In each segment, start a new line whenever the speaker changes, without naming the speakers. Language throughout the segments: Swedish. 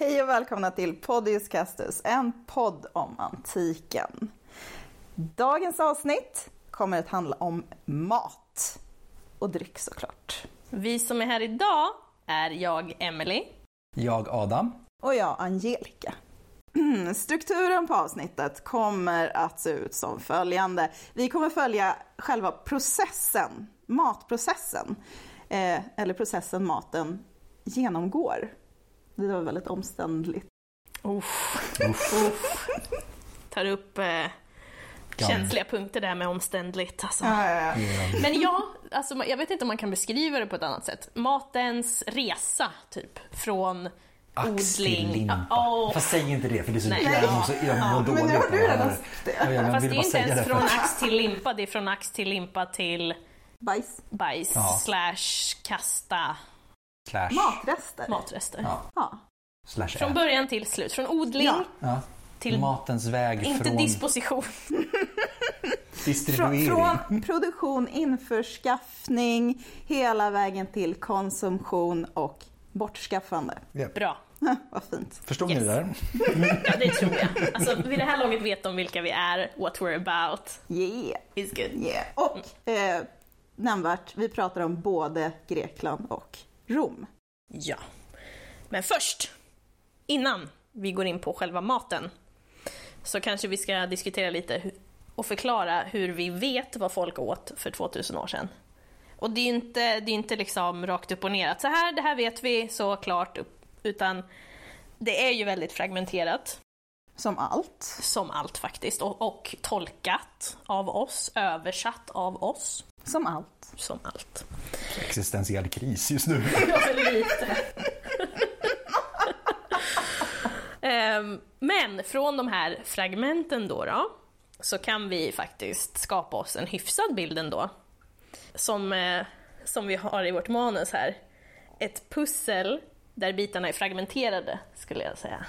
Hej och välkomna till Podius Castus, en podd om antiken. Dagens avsnitt kommer att handla om mat och dryck såklart.
Vi som är här idag är jag, Emily.
Jag Adam.
Och jag, Angelica. Strukturen på avsnittet kommer att se ut som följande. Vi kommer följa själva processen, matprocessen, eh, eller processen maten genomgår. Det var väldigt omständligt.
Uff.
Uff,
Tar upp eh, känsliga punkter där med omständligt. Alltså. Men ja, alltså, jag vet inte om man kan beskriva det på ett annat sätt. Matens resa, typ. Från odling.
axellimpa.
Ja, åh.
Fast säg inte det för det är så
Nej.
jävla jag mår så- jag mår dåligt.
men nu har
av
du
det här.
redan sagt det.
Ja, jag
Fast
ville
det
bara
är inte
säga
ens
det för
från
att-
ax till limpa, det är från ax till limpa till
Bajs,
bajs
Ja.
slash kasta
Slash.
matrester.
matrester.
Ja.
Ja.
Slash
Från
ä.
början till slut, från odling
Ja.
ja.
till
Matens väg
inte
från
disposition.
Från,
distribuering.
från produktion, införskaffning, hela vägen till konsumtion och bortskaffande.
Bra.
Vad fint.
Förstod
Yes.
ni det där?
Ja, det tror jag. Alltså, vid det här laget vet de vilka vi är, what we're about.
Yeah,
It's good.
yeah. Och eh, nämnvärt, vi pratar om både Grekland och Rom.
Ja. Men först, innan vi går in på själva maten, så kanske vi ska diskutera lite hu- och förklara hur vi vet vad folk åt för 2000 år sedan. Och det är ju inte, det är inte liksom rakt upp och ner att så här, det här vet vi, så klart, upp, utan det är ju väldigt fragmenterat.
Som allt.
som allt faktiskt, och, och tolkat av oss, översatt av oss,
Som allt.
som allt.
Existentiell kris just nu.
Ja, för lite. Ehm, Men från de här fragmenten då, då, så kan vi faktiskt skapa oss en hyfsad bild ändå. Som, eh, som vi har i vårt manus här. Ett pussel där bitarna är fragmenterade, skulle jag säga.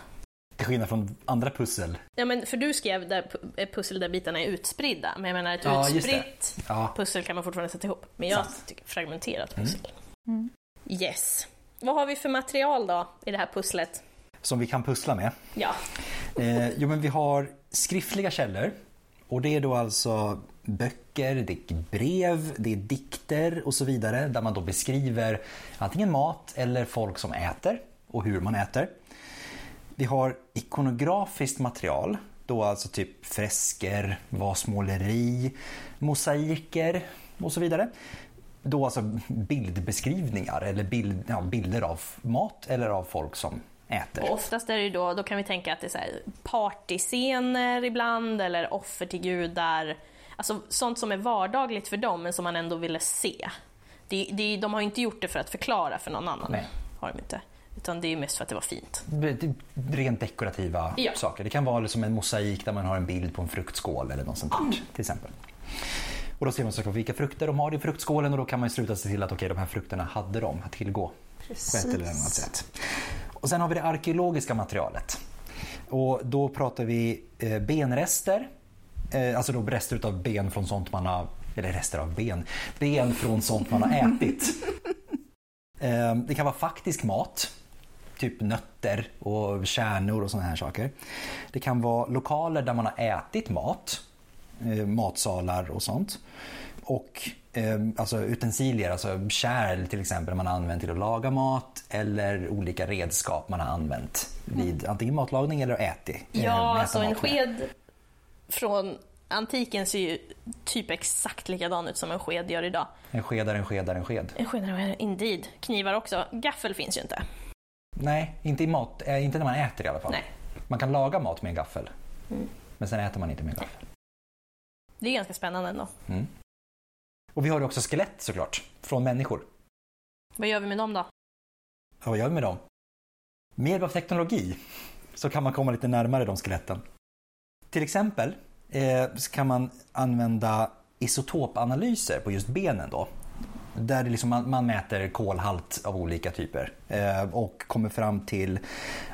Till skillnad från andra pussel.
Ja, men för du skrev där, pu- eh, pussel där bitarna är utspridda, men jag menar ett
Ja, just det.
utspritt
Ja. Mm.
pussel kan man fortfarande sätta ihop. Men jag tycker fragmenterat pussel. Yes. Vad har vi för material då i det här pusslet?
Som vi kan pussla med.
Ja,
Eh, jo, men vi har skriftliga källor. Och det är då alltså böcker, det är brev, det är dikter och så vidare där man då beskriver antingen mat eller folk som äter och hur man äter. Vi har ikonografiskt material, då alltså typ fresker, vasmåleri, mosaiker och så vidare. Då alltså bildbeskrivningar eller bild, ja, bilder av mat eller av folk som äter.
och oftast är det ju då, då kan vi tänka att det är så här partyscener ibland, eller offer till gudar. Alltså sånt som är vardagligt för dem, men som man ändå ville se. Det, det, de har ju inte gjort det för att förklara för någon annan.
Nej.
Har de inte. Utan det är ju mest för att det var fint.
typ rent dekorativa
Ja.
saker. Det kan vara liksom en mosaik där man har en bild på en fruktskål eller något sånt där, till exempel. Och då ser man såklart vilka frukter de har i fruktskålen och då kan man ju sluta sig till att okej, de här frukterna hade de att tillgå på ett eller annat sätt. Och sen har vi det arkeologiska materialet. Och då pratar vi eh, benrester, eh, alltså då rester av ben från sånt man har, eller rester av ben, ben från sånt man har ätit. Eh, Det kan vara faktisk mat, typ nötter och kärnor och sådana här saker. Det kan vara lokaler där man har ätit mat, eh, matsalar och sånt. Och eh, alltså utensilier, alltså kärl till exempel man har använt till att laga mat eller olika redskap man har använt vid antingen matlagning eller att äti. eh,
Mm. Ja,
äta
alltså en
mat med.
sked från Antiken ser ju typ exakt likadan ut som en sked gör idag.
En sked är en sked är en sked.
En sked är en sked, indeed. Knivar också. Gaffel finns ju inte.
Nej, inte i mat. eh, Inte när man äter i alla fall.
Nej.
Man kan laga mat med en gaffel.
Mm.
Men sen äter man inte med en gaffel.
Det är ganska spännande ändå.
Mm. Och vi har ju också skelett såklart, från människor.
Vad gör vi med dem då?
Ja, vad gör vi med dem? Med hjälp av teknologi så kan man komma lite närmare de skeletten. Till exempel eh, så kan man använda isotopanalyser på just benen då. Där det liksom man, man mäter kolhalt av olika typer eh, och kommer fram till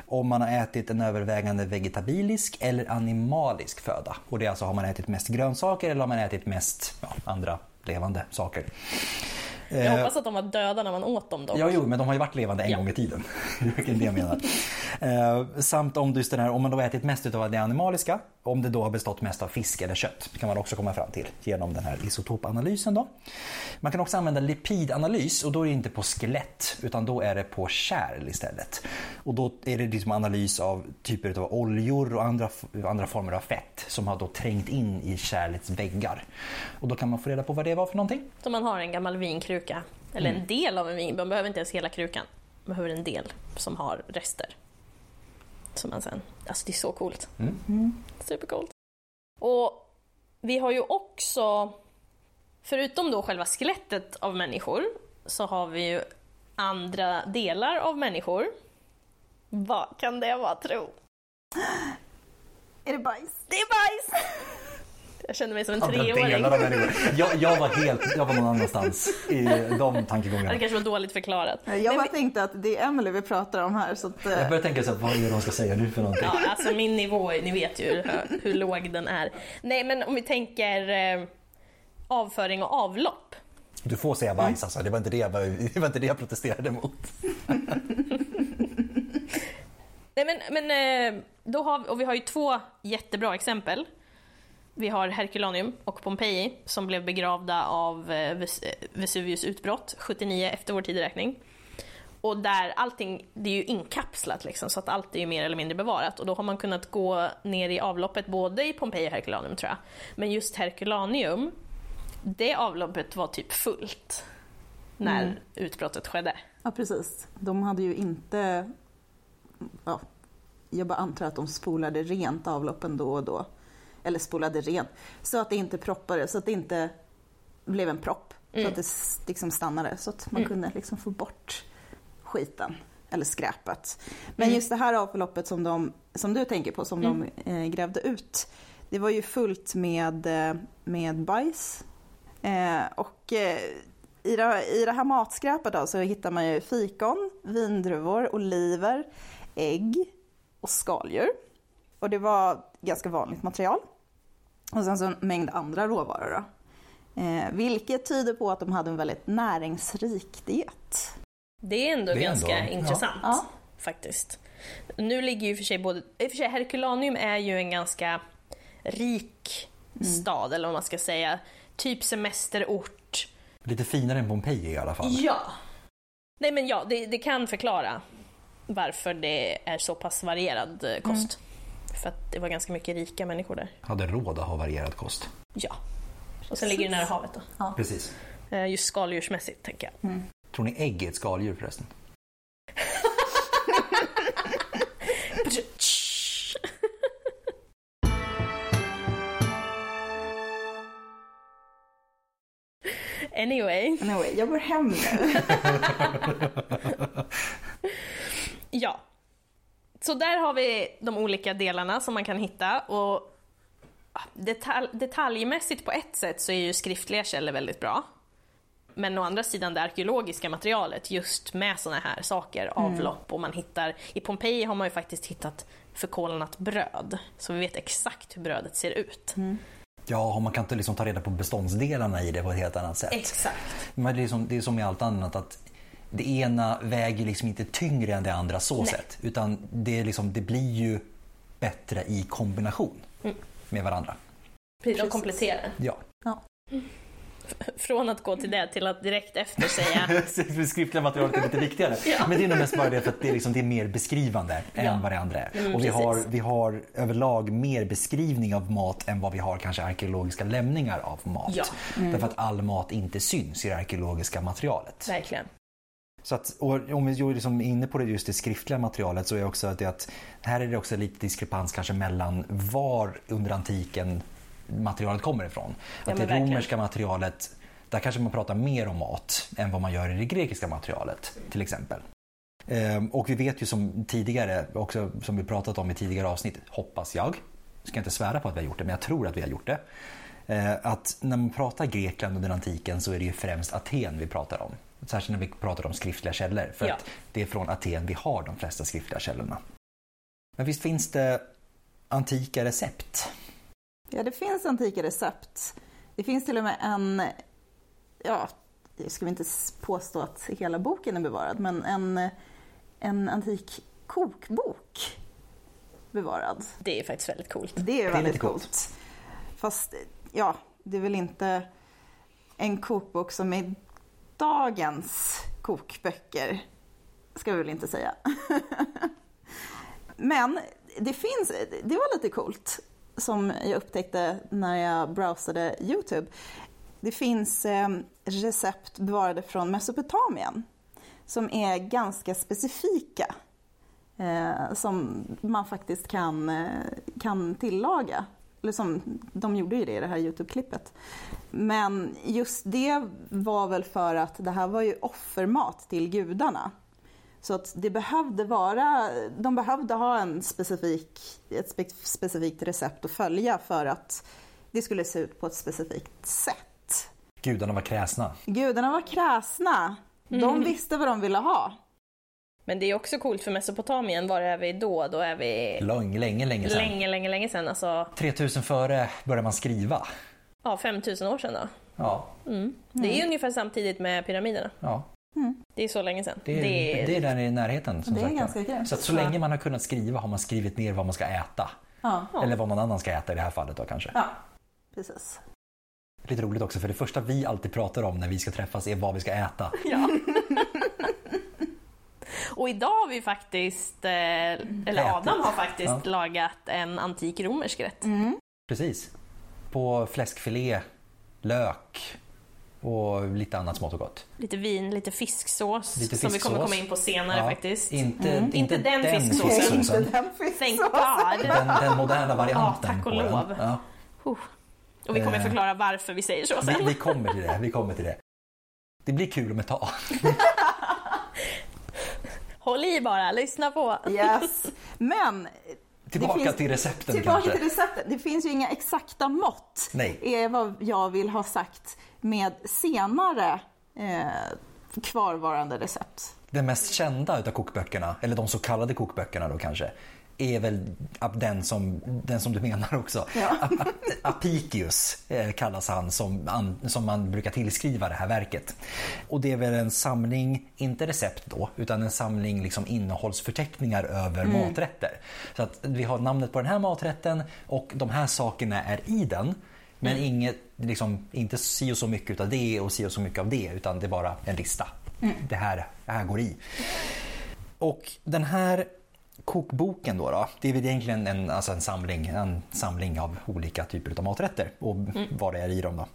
om man har ätit en övervägande vegetabilisk eller animalisk föda. Och det är alltså har man ätit mest grönsaker eller har man ätit mest ja, andra levande saker.
Jag
Eh,
hoppas att de var döda när man åt dem dock.
Ja, jo, men de har ju varit levande en gång i tiden. Det är verkligen det jag menar. Eh, samt om, just den här, om man då har ätit mest av det animaliska, om det då har bestått mest av fisk eller kött, kan man också komma fram till genom den här isotopanalysen. Då. Man kan också använda lipidanalys och då är det inte på skelett utan då är det på kärl istället. Och då är det liksom analys av typer av oljor och andra, andra former av fett som har då trängt in i kärlets väggar. Och då kan man få reda på vad det var för någonting.
Så man har en gammal vinkruka, eller
Mm.
en del av en vin, man behöver inte ens hela krukan. Man behöver en del som har rester. Som man sen, alltså det är så coolt.
Mm.
Supercoolt. Och vi har ju också, förutom då själva skelettet av människor, så har vi ju andra delar av människor. Vad kan det vara tro?
Är det bajs?
Det är bajs! Jag känner mig som en
Andra
treåring.
delar av människor. Jag, jag var helt, jag var någon annanstans i de
Det
tankegångarna.
kanske var dåligt förklarat.
Jag bara tänkte att det är Emily vi pratar om här så att... eh,
Jag började tänka så här, vad är det de ska säga nu för någonting?
Ja, alltså min nivå, ni vet ju hur, hö- hur låg den är. Nej, men om vi tänker eh, avföring och avlopp.
Du får säga bajs alltså, det var inte det jag, var- det var inte det jag protesterade mot.
Nej, men, men eh, då har vi, och vi har ju två jättebra exempel. Vi har Herculaneum och Pompeji som blev begravda av eh, Ves- eh, Vesuvius utbrott 79 efter vår tideräkning. Och där allting, det är ju inkapslat liksom så att allt är ju mer eller mindre bevarat och då har man kunnat gå ner i avloppet både i Pompeji och Herculaneum tror jag. Men just Herculaneum, det avloppet var typ fullt när
Mm.
utbrottet skedde.
Ja, precis. De hade ju inte... Ja, jag bara antar att de spolade rent avloppen då och då. Eller spolade rent, så att det inte proppade, så att det inte blev en propp. Så att det s- liksom stannade, så att man kunde liksom få bort skiten eller skräpet. Men just det här avloppet som, de, som du tänker på, som de eh, grävde ut, det var ju fullt med, eh, med bajs. Eh, och eh, i, det, i det här matskräpet då, så hittar man ju fikon, vindruvor, oliver, ägg och skaldjur. Och det var ganska vanligt material. Och sen så en mängd andra råvaror då. Eh, vilket tyder på att de hade en väldigt näringsrik diet.
Det är ändå
Det är
ganska
ändå- ja.
intressant
Ja.
faktiskt. Nu ligger ju för sig både, i och för sig Herculaneum är ju en ganska rik
Mm.
stad eller vad man ska säga. Typ semesterort.
Lite finare än Pompeji i alla fall.
Ja. Nej men ja, det, det kan förklara varför det är så pass varierad eh, kost. För att det var ganska mycket rika människor där.
Hade råd att ha varierad kost.
Ja. Och sen ligger det nära havet då.
Precis.
Eh, Just skaldjursmässigt tänker jag.
Tror ni ägg är ett skaldjur förresten?
Anyway.
Anyway, jag går hem nu.
Ja. Så där har vi de olika delarna som man kan hitta. Och ah, detal- detaljmässigt på ett sätt så är ju skriftliga källor väldigt bra. Men å andra sidan det arkeologiska materialet just med såna här saker, avlopp och man hittar, i Pompeji har man ju faktiskt hittat förkolnat bröd. Så vi vet exakt hur brödet ser ut.
Ja, och man kan inte liksom ta reda på beståndsdelarna i det på ett helt annat sätt.
Exakt.
Men det är, som, det är som i allt annat att det ena väger liksom inte tyngre än det andra så sett. Utan det, är liksom, det blir ju bättre i
Mm.
kombination med varandra.
De kompletterar.
Ja.
Ja.
Från att gå till det till att direkt efter säga
det skriftliga materialet är lite viktigare.
Ja.
Men det är nog mest bara det för att det är, liksom, det är mer beskrivande än vad det andra är.
Mm,
och vi har,
precis.
vi har överlag mer beskrivning av mat än vad vi har kanske arkeologiska lämningar av mat.
Ja. Mm.
Därför att all mat inte syns i det arkeologiska materialet.
Verkligen.
Så att, och om vi ju liksom är inne på det, just det skriftliga materialet så är också att, det att här är det också lite diskrepans kanske mellan var under antiken materialet kommer ifrån.
men
att det
verkligen.
romerska materialet, där kanske man pratar mer om mat än vad man gör i det grekiska materialet till exempel. Ehm, Och vi vet ju som tidigare, också som vi pratat om i tidigare avsnitt, hoppas jag, ska inte svära på att vi har gjort det, men jag tror att vi har gjort det. eh, Att när man pratar Grekland under antiken så är det ju främst Aten vi pratar om. Särskilt när vi pratar om skriftliga källor, för
Ja.
att det är från Aten vi har de flesta skriftliga källorna. Men visst finns det antika recept?
Ja, det finns antika recept. Det finns till och med en, ja, jag ska inte s- påstå att hela boken är bevarad, men en, en antik kokbok bevarad.
Det är faktiskt väldigt coolt.
Det är
lite
väldigt
coolt.
coolt. Fast, ja, det är väl inte en kokbok som är dagens kokböcker, ska vi väl inte säga. Men det finns, det var lite coolt som jag upptäckte när jag browsade Youtube. Det finns eh, recept bevarade från Mesopotamien som är ganska specifika eh, som man faktiskt kan, eh, kan tillaga. Eller som, de gjorde ju det i det här Youtube-klippet. Men just det var väl för att det här var ju offermat till gudarna. Så att det behövde vara, de behövde ha en specifik, ett spe, specifikt recept att följa för att det skulle se ut på ett specifikt sätt.
Gudarna var kräsna.
Gudarna var kräsna. De visste vad de ville ha.
Men det är också coolt för Mesopotamien, var är vi då? Då är vi
Lång, länge, länge sedan.
länge, länge, länge sedan. Alltså,
3000 före började man skriva.
ja, 5000 år sedan då. Mm.
Ja,
Det är ungefär samtidigt med pyramiderna.
ja.
Mm.
Det är så länge sedan.
Det är, det är, där i närheten. Som
Det är
sagt.
ganska grymt.
Så att så länge man har kunnat skriva har man skrivit ner vad man ska äta.
Ja,
Eller vad någon annan ska äta i det här fallet då kanske.
ja. precis.
Lite roligt också för det första vi alltid pratar om när vi ska träffas är vad vi ska äta.
Ja. Och idag har vi faktiskt, eh, eller
Ätit.
Adam har faktiskt
Ja.
lagat en antik romersk rätt.
Precis. På fläskfilé, lök och lite annat smått och gott.
Lite vin, lite fisksås
Lite
som vi kommer
fisksås.
komma in på senare
Ja,
faktiskt. Mm.
Inte, inte,
Inte den fisksåsen.
Inte den
Thank
fisksåsen.
God!
Den, den moderna varianten.
Ja, tack och
på den.
lov.
Ja.
Och vi kommer
Eh.
förklara varför vi säger så
Vi,
sen.
vi kommer till det. Vi kommer till det. Det blir kul om ett tag.
Håll i bara, lyssna på.
Yes. Men eh,
Tillbaka
finns-
till recepten
tillbaka
kanske.
till receptet. Det finns ju inga exakta mått.
Nej.
är vad jag vill ha sagt med senare eh, kvarvarande recept.
Den mest kända utav kokböckerna, eller de så kallade kokböckerna då kanske, är väl ap- den som, den som du menar också. Ap- ap- Apicius eh, kallas han som, an, som man brukar tillskriva det här verket. Och det är väl en samling, inte recept då, utan en samling liksom innehållsförteckningar över maträtter. Så att vi har namnet på den här maträtten och de här sakerna är i den. Men inget, liksom, inte si och så mycket av det och si och så mycket av det utan det är bara en lista. Det, här, det här går i. Och den här kokboken då, då det är väl egentligen en, alltså en, samling, en samling av olika typer av maträtter och vad det är i dem. Då.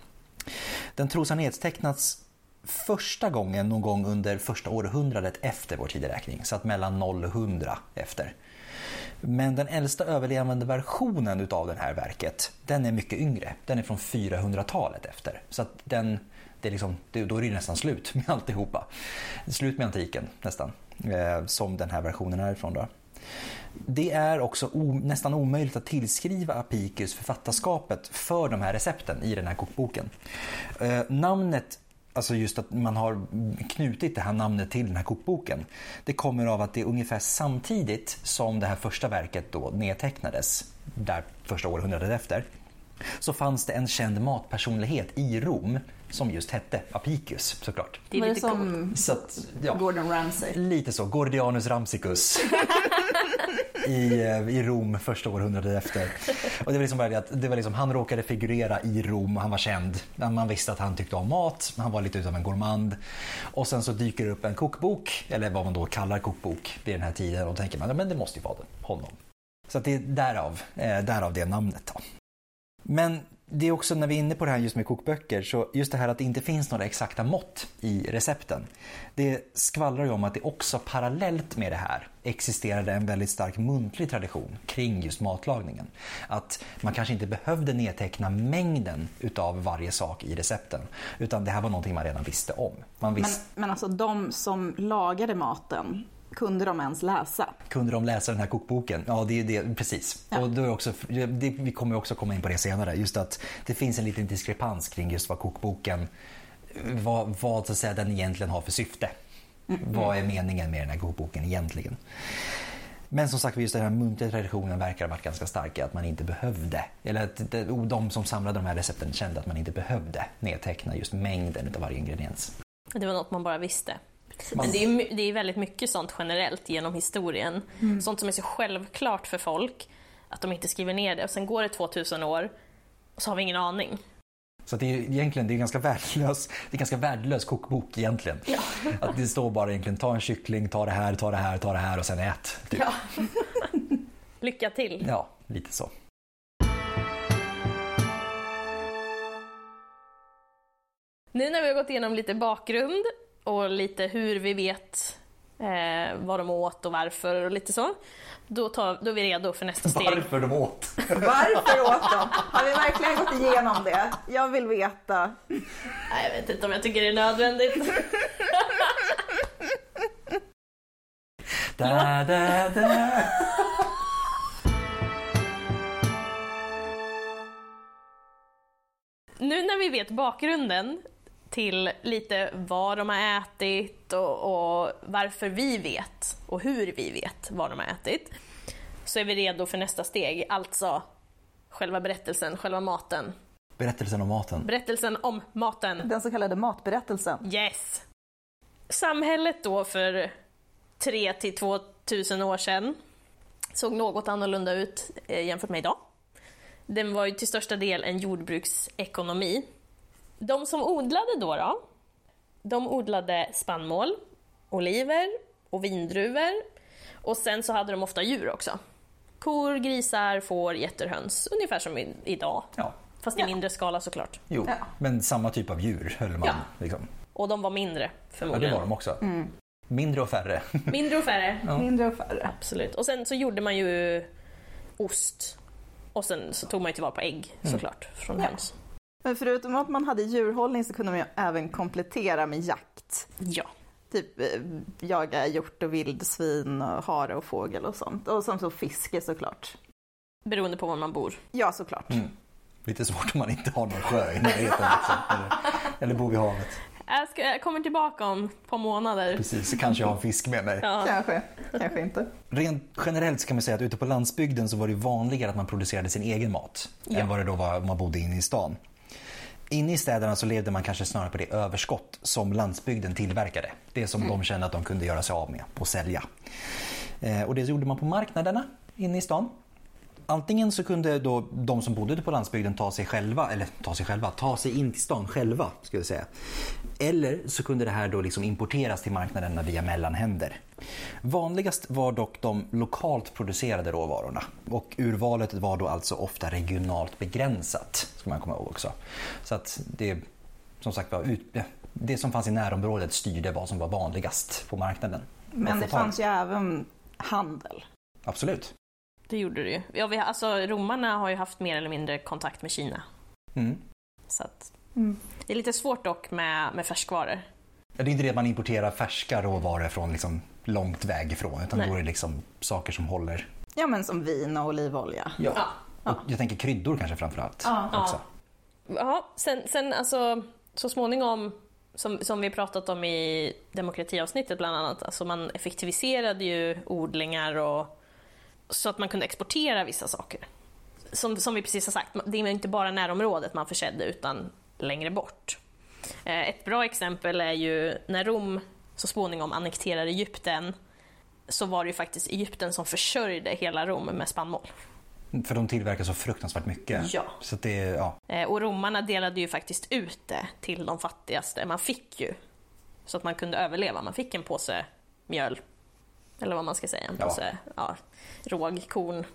Den tros ha nedtecknats första gången någon gång under första århundradet efter vår tideräkning, så att mellan 0 och 100 efter. Men den äldsta överlevande versionen utav det här verket, den är mycket yngre. Den är från 400-talet efter. Så att den, det är liksom, det- då är det ju nästan slut med alltihopa. Slut med antiken nästan, eh, som den här versionen är ifrån. Då. Det är också o, nästan omöjligt att tillskriva Apicius författarskapet för de här recepten i den här kokboken. Eh, namnet Alltså just att man har knutit det här namnet till den här kokboken. Det kommer av att det är ungefär samtidigt som det här första verket då nedtecknades, där första århundradet efter. så fanns det en känd matpersonlighet i Rom som just hette Apicius såklart.
Det är
Var det
lite coolt.
som
Så att, ja.
Gordon Ramsay?
Lite så, Gordianus Ramsicus. I, eh, I Rom första århundradet efter. Och det var liksom bara det att det var liksom, han råkade figurera i Rom och han var känd. Man visste att han tyckte om mat, han var lite utav en gourmand. Och sen så dyker det upp en kokbok, eller vad man då kallar kokbok vid den här tiden. Och då tänker man, ja, men det måste ju vara det, honom. Så att det är därav, eh, därav det namnet. Då. Men det är också när vi är inne på det här just med kokböcker, så just det här att det inte finns några exakta mått i recepten. Det skvallrar ju om att det också parallellt med det här existerade en väldigt stark muntlig tradition kring just matlagningen. Att man kanske inte behövde nedteckna mängden utav varje sak i recepten, utan det här var någonting man redan visste om. Man
Men,
visste,
men alltså de som lagade maten, kunde de ens läsa?
kunde de läsa den här kokboken? Ja, det är det, precis. Och då är också, det, vi kommer också komma in på det senare, just att det finns en liten diskrepans kring just vad kokboken, vad, vad så att säga, den egentligen har för syfte. Vad är meningen med den här kokboken egentligen? Men som sagt, just den här muntliga traditionen verkar ha varit ganska stark i att man inte behövde, eller att det- de som samlade de här recepten kände att man inte behövde nedteckna just mängden av varje ingrediens.
Det var något man bara visste.
Man-
Men det är, ju my- det är väldigt mycket sånt generellt genom historien. Sånt som är så självklart för folk att de inte skriver ner det. Och sen går det 2000 år och så har vi ingen aning.
Så att det är ju egentligen det är en ganska värdelös, det är en ganska värdelös kokbok egentligen. Att det står bara egentligen ta en kyckling, ta det här, ta det här, ta det här och sen ät. Typ. Ja.
Lycka till!
lite så.
Nu när vi har gått igenom lite bakgrund och lite hur vi vet eh, vad de åt och varför och lite så. Då, tar, då är vi redo för nästa steg.
Varför de åt?
Varför åt de? Har vi verkligen gått igenom det? Jag vill veta.
Nej, jag vet inte om jag tycker det är nödvändigt.
Da, da, da.
Nu när vi vet bakgrunden till lite vad de har ätit och, och varför vi vet och hur vi vet vad de har ätit så är vi redo för nästa steg, alltså själva berättelsen, själva maten.
Berättelsen om maten.
Berättelsen om maten.
Den så kallade matberättelsen.
Yes! Samhället då för 3 till 2000 år sedan såg något annorlunda ut eh, jämfört med idag. Den var ju till största del en jordbruksekonomi. De som odlade då, då de odlade spannmål, oliver och vindruvor och sen så hade de ofta djur också. Kor, grisar, får, getter, höns. Ungefär som i- idag,
Ja,
fast i mindre skala såklart.
jo.
Ja.
Men samma typ av djur höll man.
Ja.
Liksom.
Och de var mindre
Ja, det
förmodligen.
var de också. Mindre och färre.
Mindre och färre.
Mindre och färre.
Absolut. Och sen så gjorde man ju ost. Och sen så tog man ju tillvara på ägg såklart från höns.
Men förutom att man hade djurhållning så kunde man ju även komplettera med jakt.
Ja.
Typ eh, jaga hjort och vildsvin och hare och fågel och sånt. Och som så fiske såklart.
Beroende på var man bor.
Ja, såklart.
Mm. Lite svårt om man inte har någon sjö i närheten. Liksom. Eller, eller bor vid havet.
Jag, ska, jag kommer tillbaka om ett par månader.
Precis, så kanske jag har en fisk med mig.
Ja.
Kanske, kanske inte.
Rent generellt så kan man säga att ute på landsbygden så var det vanligare att man producerade sin egen mat
Ja.
än vad det då var om man bodde inne i stan. Inne i städerna så levde man kanske snarare på det överskott som landsbygden tillverkade. Det som de kände att de kunde göra sig av med och sälja. Eh, och det gjorde man på marknaderna inne i stan. Antingen så kunde då de som bodde ute på landsbygden ta sig själva, eller ta sig själva, ta sig in till stan själva. Ska jag säga. Eller så kunde det här då liksom importeras till marknaderna via mellanhänder. Vanligast var dock de lokalt producerade råvarorna och urvalet var då alltså ofta regionalt begränsat. Ska man komma ihåg också. Så att det som sagt var ut, det som fanns i närområdet styrde vad som var vanligast på marknaden.
Men
Att
det
få tag i.
fanns ju även handel.
Absolut.
Det gjorde det ju. Ja, vi, har- alltså, romarna har ju haft mer eller mindre kontakt med Kina.
Mm.
Så att,
Mm.
det är lite svårt dock med, med färskvaror.
Ja, Det är inte det att man importerar färska råvaror från liksom långt väg ifrån utan
Nej.
då är det liksom saker som håller.
Ja, men som vin och olivolja.
Ja.
Och jag tänker kryddor kanske framförallt.
Ja.
Också.
Ja, sen, sen alltså så småningom, som, som vi pratat om i demokratiavsnittet bland annat, alltså man effektiviserade ju odlingar och så att man kunde exportera vissa saker. som, som vi precis har sagt, det är inte bara närområdet man försedde utan längre bort. Eh, Ett bra exempel är ju när Rom så småningom annekterar Egypten så var det ju faktiskt Egypten som försörjde hela Rom med spannmål.
För de tillverkar så fruktansvärt mycket.
Ja.
Så att det, är- ja.
Eh, Och romarna delade ju faktiskt ut det till de fattigaste. Man fick ju så att man kunde överleva. Man fick en påse mjöl, eller vad man ska säga, en
Ja.
påse ja. råg, korn,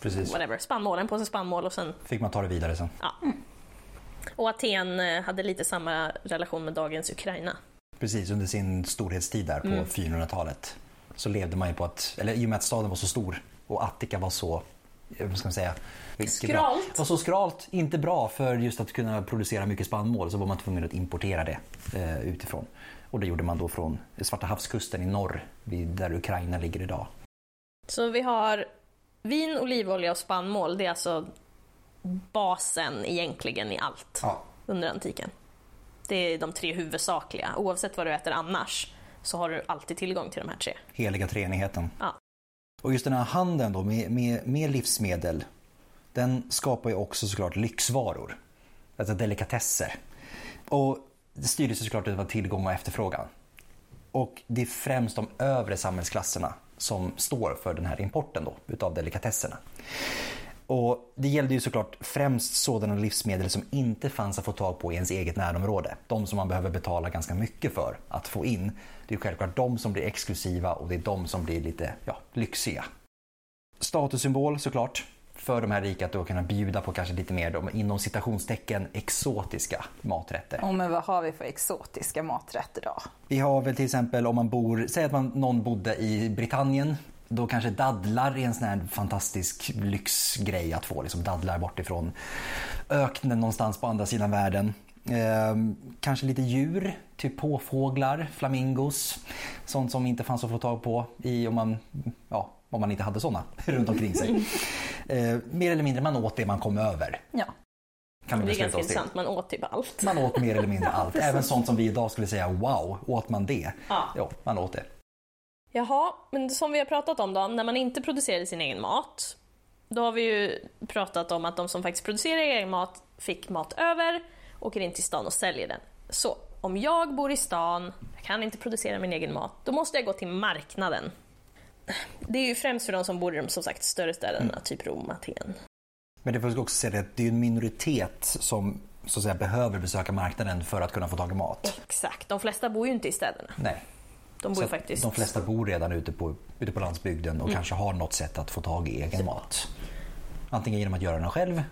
Precis.
whatever. Spannmål, en påse spannmål och sen
Fick man ta det vidare sen.
Och Aten eh, hade lite samma relation med dagens Ukraina.
Precis, under sin storhetstid där på
Mm.
400-talet så levde man ju på att, eller i och med att staden var så stor och Attika var så, eh, vad ska man säga? Vilket bra-
Skralt.
Var så skralt, inte bra för just att kunna producera mycket spannmål så var man tvungen att importera det eh, utifrån. Och det gjorde man då från Svarta havskusten i norr, vid, där Ukraina ligger idag.
Så vi har vin, olivolja och spannmål. Det är alltså basen egentligen i allt
Ja.
under antiken. Det är de tre huvudsakliga. Oavsett vad du äter annars så har du alltid tillgång till de här tre.
Heliga treenigheten.
Ja.
Och just den här handeln då med, med, med livsmedel, den skapar ju också såklart lyxvaror. Alltså delikatesser. Och det styrdes ju såklart av tillgång och efterfrågan. Och det är främst de övre samhällsklasserna som står för den här importen då, utav delikatesserna. Och det gällde ju såklart främst sådana livsmedel som inte fanns att få tag på i ens eget närområde. De som man behöver betala ganska mycket för att få in. Det är självklart de som blir exklusiva och det är de som blir lite ja, lyxiga. Statussymbol såklart för de här rika att då kunna bjuda på kanske lite mer de, inom citationstecken exotiska maträtter.
Och men vad har vi för exotiska maträtter då?
Vi har väl till exempel om man bor, säg att man, någon bodde i Britannien. Då kanske dadlar är en sån här fantastisk lyxgrej att få. Liksom dadlar bortifrån öknen någonstans på andra sidan världen. Ehm, kanske lite djur, typ påfåglar, flamingos. Sånt som inte fanns att få tag på i, om, man, ja, om man inte hade såna runt omkring sig. Ehm, mer eller mindre, man åt det man kom över.
Ja.
Kan vi
Det är
besluta
ganska
oss till.
intressant, man åt typ allt.
Man åt mer eller mindre allt. Även sånt som vi idag skulle säga wow, åt man det?
Ja.
Jo, man åt det.
Jaha, men som vi har pratat om då, när man inte producerade sin egen mat, då har vi ju pratat om att de som faktiskt producerar egen mat fick mat över, åker in till stan och säljer den. Så om jag bor i stan, jag kan inte producera min egen mat, då måste jag gå till marknaden. Det är ju främst för de som bor i de som sagt större städerna, typ Rom, Aten.
Men det får vi också säga det att det är en minoritet som så att säga, behöver besöka marknaden för att kunna få tag i mat.
Exakt, de flesta bor ju inte i städerna.
Nej.
De bor
Så
ju
att
faktiskt... Mm.
De flesta bor redan ute på, ute på landsbygden och kanske har något sätt att få tag i egen mat. Antingen genom att göra den själv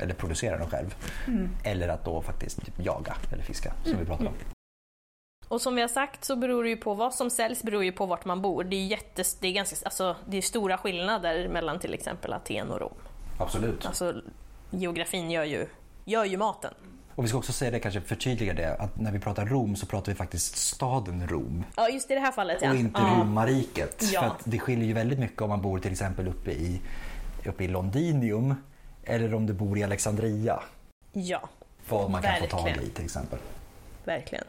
eller producera den själv.
Mm.
Eller att då faktiskt typ jaga eller fiska som vi pratade om.
Och som vi har sagt så beror det ju på vad som säljs beror ju på vart man bor. Det är, jättes, det är, ganska, alltså, det är stora skillnader mellan till exempel Aten och Rom.
Absolut.
Alltså, geografin gör ju, gör ju maten.
Och vi ska också säga det, kanske förtydliga det, att när vi pratar Rom så pratar vi faktiskt staden Rom.
Ja, just i det här fallet ja.
och inte
ja.
romarriket.
Ja.
För att det skiljer ju väldigt mycket om man bor till exempel uppe i, uppe i Londinium eller om du bor i Alexandria.
ja,
Vad man kan få tag
Verkligen.
i till exempel.
verkligen.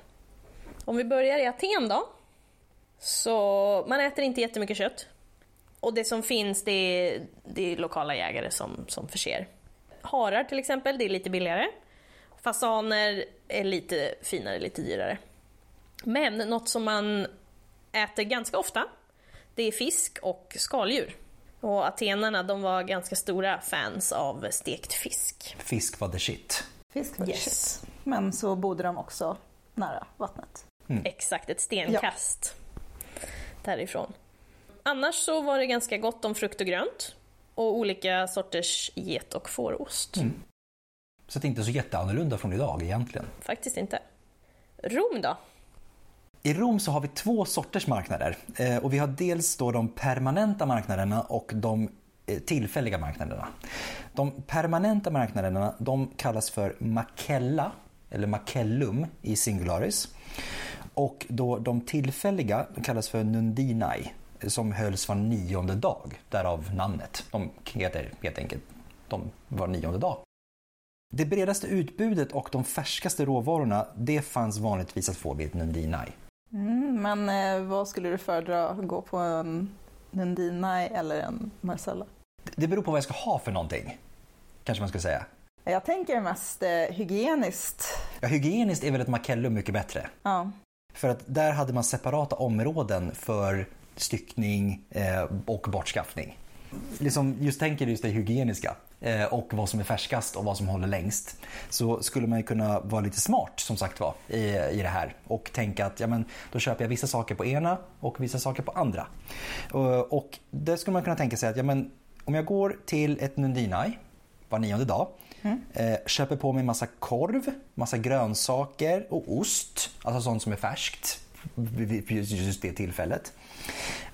Om vi börjar i Aten då. Så man äter inte jättemycket kött. Och det som finns det är, det är lokala jägare som, som förser. Harar till exempel, det är lite billigare. Fasaner är lite finare, lite dyrare. Men något som man äter ganska ofta, det är fisk och skaldjur. Och atenarna de var ganska stora fans av stekt fisk.
Fisk var the shit.
Fisk var det shit. Men så bodde de också nära vattnet.
Exakt, ett stenkast därifrån. Annars så var det ganska gott om frukt och grönt och olika sorters get och fårost.
Mm. Så det är inte så jätteannorlunda från idag egentligen.
Faktiskt inte. Rom då?
I Rom så har vi två sorters marknader. Eh, Och vi har dels då de permanenta marknaderna och de eh, tillfälliga marknaderna. De permanenta marknaderna de kallas för makella, eller makellum i singularis. Och då de tillfälliga kallas för nundinae som hölls var nionde dag, därav namnet. De heter helt enkelt de var nionde dag. Det bredaste utbudet och de färskaste råvarorna det fanns vanligtvis att få vid ett nundinae.
Mm, men eh, vad skulle du föredra? Gå på en Nundina eller en Marcella?
Det beror på vad jag ska ha för någonting. kanske man ska säga.
Jag tänker mest eh, hygieniskt.
Ja, hygieniskt är väl ett Macellum mycket bättre.
Ja.
För att där hade man separata områden för styckning eh, och bortskaffning. Liksom, just tänker just det hygieniska eh, och vad som är färskast och vad som håller längst. Så skulle man ju kunna vara lite smart som sagt var i, i det här och tänka att ja, men, då köper jag vissa saker på ena och vissa saker på andra. Och, och där skulle man kunna tänka sig att ja, men, om jag går till ett Nundinaj var nionde dag.
Mm.
Eh, köper på mig massa korv, massa grönsaker och ost. Alltså sånt som är färskt vid- vid just- just det tillfället.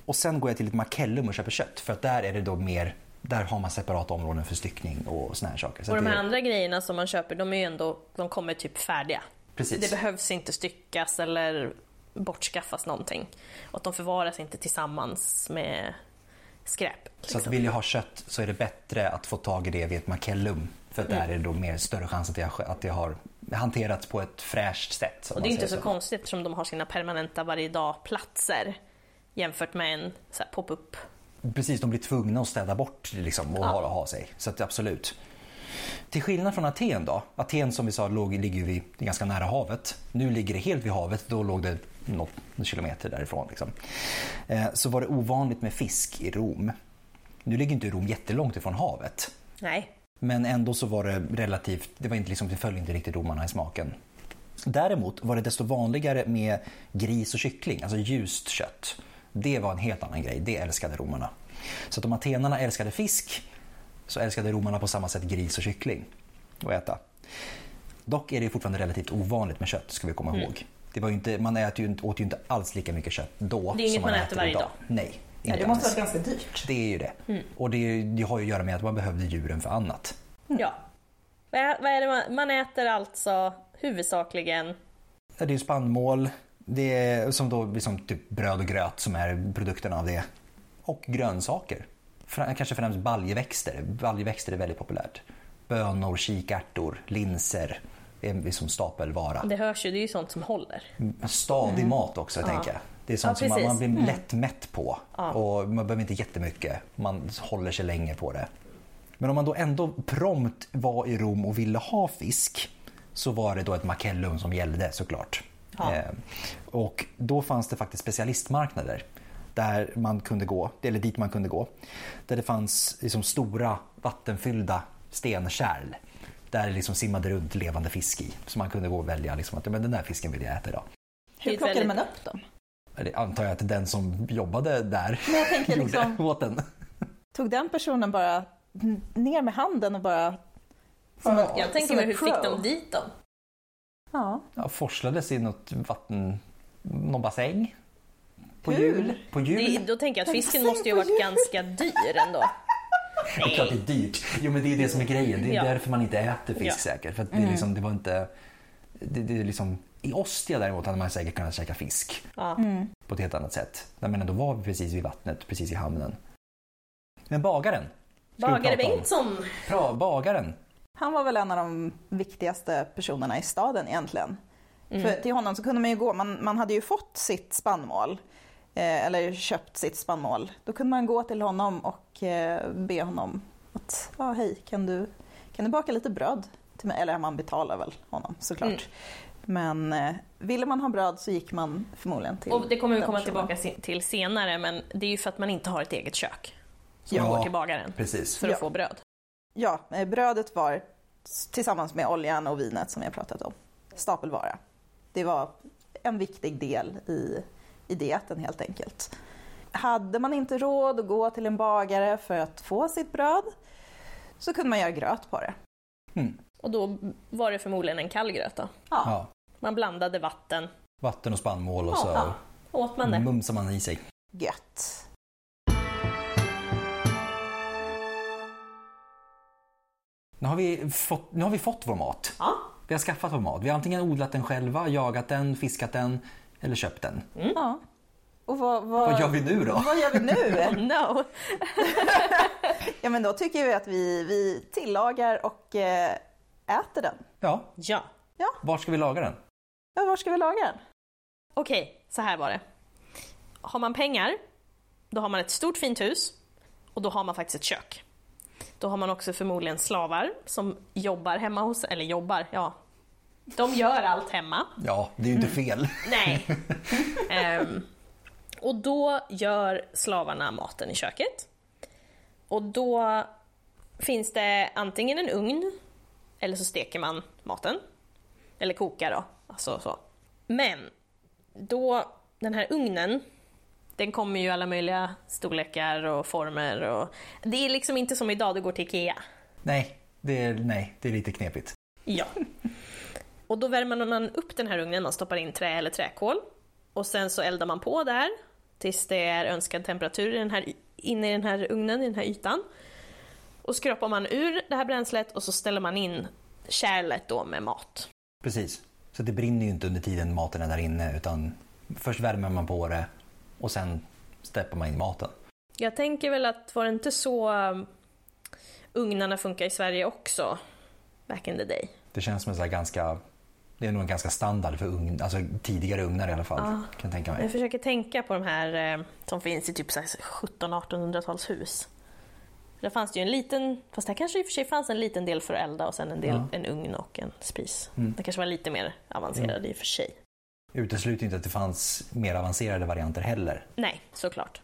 Och sen går jag till ett Macellum och köper kött för att där är det då mer där har man separata områden för styckning och såna här saker. Så
Och
att
de här
det,
andra grejerna som man köper, de är ju ändå, de kommer typ färdiga.
Precis.
Det behövs inte styckas eller bortskaffas någonting. Och att de förvaras inte tillsammans med skräp. liksom.
så att vill jag ha kött så är det bättre att få tag i det vid ett Macellum för att
Mm.
där är det då mer större chans att jag, att jag har hanterats på ett fräscht sätt. om
Och det
man
är inte
säger
så konstigt eftersom de har sina permanenta varje dag-platser jämfört med en så här pop-up.
Precis, de blir tvungna att städa bort liksom, och ha, ha sig. Så att, absolut. Till skillnad från Aten då. Aten som vi sa låg, ligger ju vid, det är ganska nära havet. Nu ligger det helt vid havet, då låg det något någon kilometer därifrån. Liksom. Eh, så var det ovanligt med fisk i Rom. Nu ligger inte Rom jättelångt ifrån havet.
Nej.
Men ändå så var det relativt, det, var inte liksom, det föll inte riktigt romarna i smaken. Däremot var det desto vanligare med gris och kyckling, alltså ljust kött. Det var en helt annan grej, det älskade romarna. Så att om atenarna älskade fisk så älskade romarna på samma sätt gris och kyckling att äta. Dock är det fortfarande relativt ovanligt med kött, ska vi komma
Mm.
ihåg. Det var ju inte, man äter ju, inte- åt ju inte alls lika mycket kött då
Det är inget
som man,
man äter varje
idag.
dag. Mm.
Nej, inte
Det måste
alls.
vara ganska dyrt.
Det är ju det. Och det, det har ju att göra med att man behövde djuren för annat.
Mm.
Ja. Vad är, vad är det man, man äter alltså huvudsakligen
Ja, Det är ju spannmål, det är som då liksom typ bröd och gröt som är produkterna av det. Och grönsaker. Fra- Kanske främst baljväxter. Baljväxter är väldigt populärt. Bönor, kikärtor, linser. Det är liksom stapelvara.
Det hörs ju, det är ju sånt som håller.
Mm.
Stadig mat också tänker jag. Det är sånt
Mm. Ja,
som man, man
precis. Mm.
blir lätt mätt på. Och man behöver inte jättemycket. Man håller sig länge på det. Men om man då ändå prompt var i Rom och ville ha fisk så var det då ett Macellum som gällde såklart. Eh, och då fanns det faktiskt specialistmarknader där man kunde gå, eller dit man kunde gå. Där det fanns liksom stora vattenfyllda stenkärl där det liksom simmade runt levande fisk i. Så man kunde gå och välja liksom att men den där fisken vill jag äta idag.
Det är
Hur
ett
plockade
väldigt-
man upp dem?
Det antar jag att den som jobbade där
Men jag tänker
gjorde
liksom,
åt den.
tog den personen bara n- ner med handen och bara... Som en-
Jag tänker
som
mig,
en
hur
pro.
fick de dit dem?
Ja.
Ja, forslades i något vatten, någon bassäng. På
Hur?
hjul. På
Det,
hjul.
då tänker jag att fisken
Varför
måste ju
på
ha varit
jul?
ganska dyr ändå.
Det är klart det är dyrt. Jo men det är det som är grejen. Det är
Ja.
därför man inte äter fisk
Ja. Mm.
säkert. För att det, är liksom, det var inte... Det, det är liksom, I Ostia däremot hade man säkert kunnat käka fisk
Ja.
Mm.
på ett helt annat sätt. Jag menar, då var vi precis vid vattnet, precis i hamnen. Men bagaren. ska vi
Bagare
prata om.
Bengtsson.
Bra, bagaren.
Han var väl en av de viktigaste personerna i staden egentligen.
Mm.
För till honom så kunde man ju gå, man, man hade ju fått sitt spannmål, eh, eller köpt sitt spannmål. Då kunde man gå till honom och eh, be honom att, ja hej, kan du, kan du baka lite bröd till mig? Eller man betalar väl honom såklart.
Mm.
Men eh, ville man ha bröd så gick man förmodligen till
Och det kommer vi
den
komma
personen.
tillbaka se- till senare, men det är ju för att man inte har ett eget kök. Så man
Ja.
går till bagaren
Precis.
för att
Ja.
få bröd.
Ja, eh, brödet var s- tillsammans med oljan och vinet som jag pratat om stapelvara. Det var en viktig del i, i dieten helt enkelt. Hade man inte råd att gå till en bagare för att få sitt bröd så kunde man göra gröt på det.
Och då var det förmodligen en kall gröt då.
Ja,
Mm. Ja.
Man blandade vatten,
Vatten och spannmål och så
Ja, åt man det.
Mm.
mumsar man i sig.
gött.
Nu har, vi fått, nu har vi fått vår mat.
Ja.
Vi har skaffat vår mat. Vi har antingen odlat den själva, jagat den, fiskat den eller köpt den.
Ja. Och vad, vad,
Vad gör vi nu då?
vad gör vi nu?
No!
ja, men då tycker vi att vi, vi tillagar och eh, äter den.
Ja,
Ja.
var ska vi laga den?
Ja, var ska vi laga den?
Okej, så här var det. Har man pengar, då har man ett stort fint hus och då har man faktiskt ett kök. Då har man också förmodligen slavar som jobbar hemma hos, eller jobbar, ja. De gör allt hemma.
Ja, det är ju
Mm.
inte fel.
Nej. Ehm, och då gör slavarna maten i köket. Och då finns det antingen en ugn, eller så steker man maten. Eller kokar då. Alltså så. Men, då, den här ugnen, den kommer ju i alla möjliga storlekar och former. Och, det är liksom inte som idag, du går till IKEA.
Nej, det är, nej, det är lite knepigt.
Ja. Och då värmer man upp den här ugnen, man stoppar in trä eller träkol. Och sen så eldar man på där tills det är önskad temperatur i den här, inne i den här ugnen, i den här ytan. Och skrapar man ur det här bränslet och så ställer man in kärlet då med mat.
Precis. Så det brinner ju inte under tiden maten är där inne utan först värmer man på det och sen steppar man in maten.
Jag tänker väl att var det inte så um, ugnarna funkar i Sverige också? Back in the day.
Det känns som en sån här ganska, det är nog en ganska standard för ugn, alltså tidigare ugnar i alla fall.
Ja.
Kan jag tänka mig.
Jag försöker tänka på de här eh, som finns i typ 1700-1800-talshus. Där fanns det ju en liten, fast där kanske i och för sig fanns en liten del för att elda och sen en del,
Ja.
en ugn och en spis.
Mm.
Det kanske var lite mer avancerad i och för sig.
Utesluter inte att det fanns mer avancerade varianter heller.
Nej, såklart.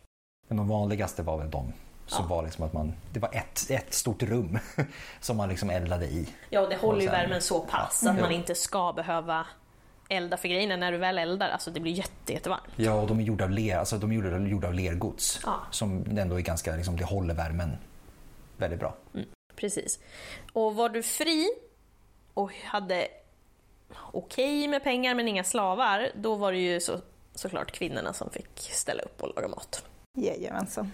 Men de vanligaste var väl de som
Ja.
var liksom att man, det var ett, ett stort rum som man liksom eldade i.
Ja, och det håller ju
Och sen-
värmen så pass att man inte ska behöva elda för grejerna när du väl eldar. Alltså det blir jätte, jättevarmt.
Ja, och de är gjorda av, ler, alltså de är gjorda, gjorda av lergods.
Ja.
Som ändå är ganska, liksom, det håller värmen väldigt bra.
Precis. Och var du fri och hade okej med pengar men inga slavar, då var det ju så, såklart kvinnorna som fick ställa upp och laga mat.
Jajamensan.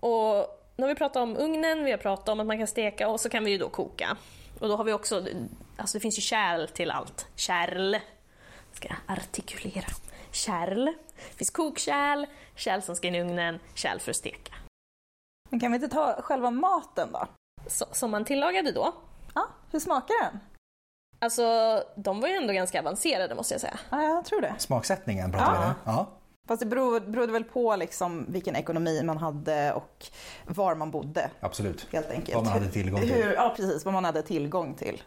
Och nu har vi pratat om ugnen, vi har pratat om att man kan steka och så kan vi ju då koka. Och då har vi också, alltså det finns ju kärl till allt. Kärl. Ska jag artikulera. Kärl. Det finns kokkärl, kärl som ska in i ugnen, kärl för att steka.
Men kan vi inte ta själva maten då?
Så, som man tillagade då.
Ja, hur smakar den?
Alltså, de var ju ändå ganska avancerade måste jag säga.
Ja, jag tror det.
Smaksättningen pratar vi
Ja.
nu. Ja.
Fast det beror- berodde väl på liksom vilken ekonomi man hade och var man bodde
Absolut.
helt enkelt.
Vad man hade tillgång till.
Hur, ja, precis. Vad man hade tillgång till.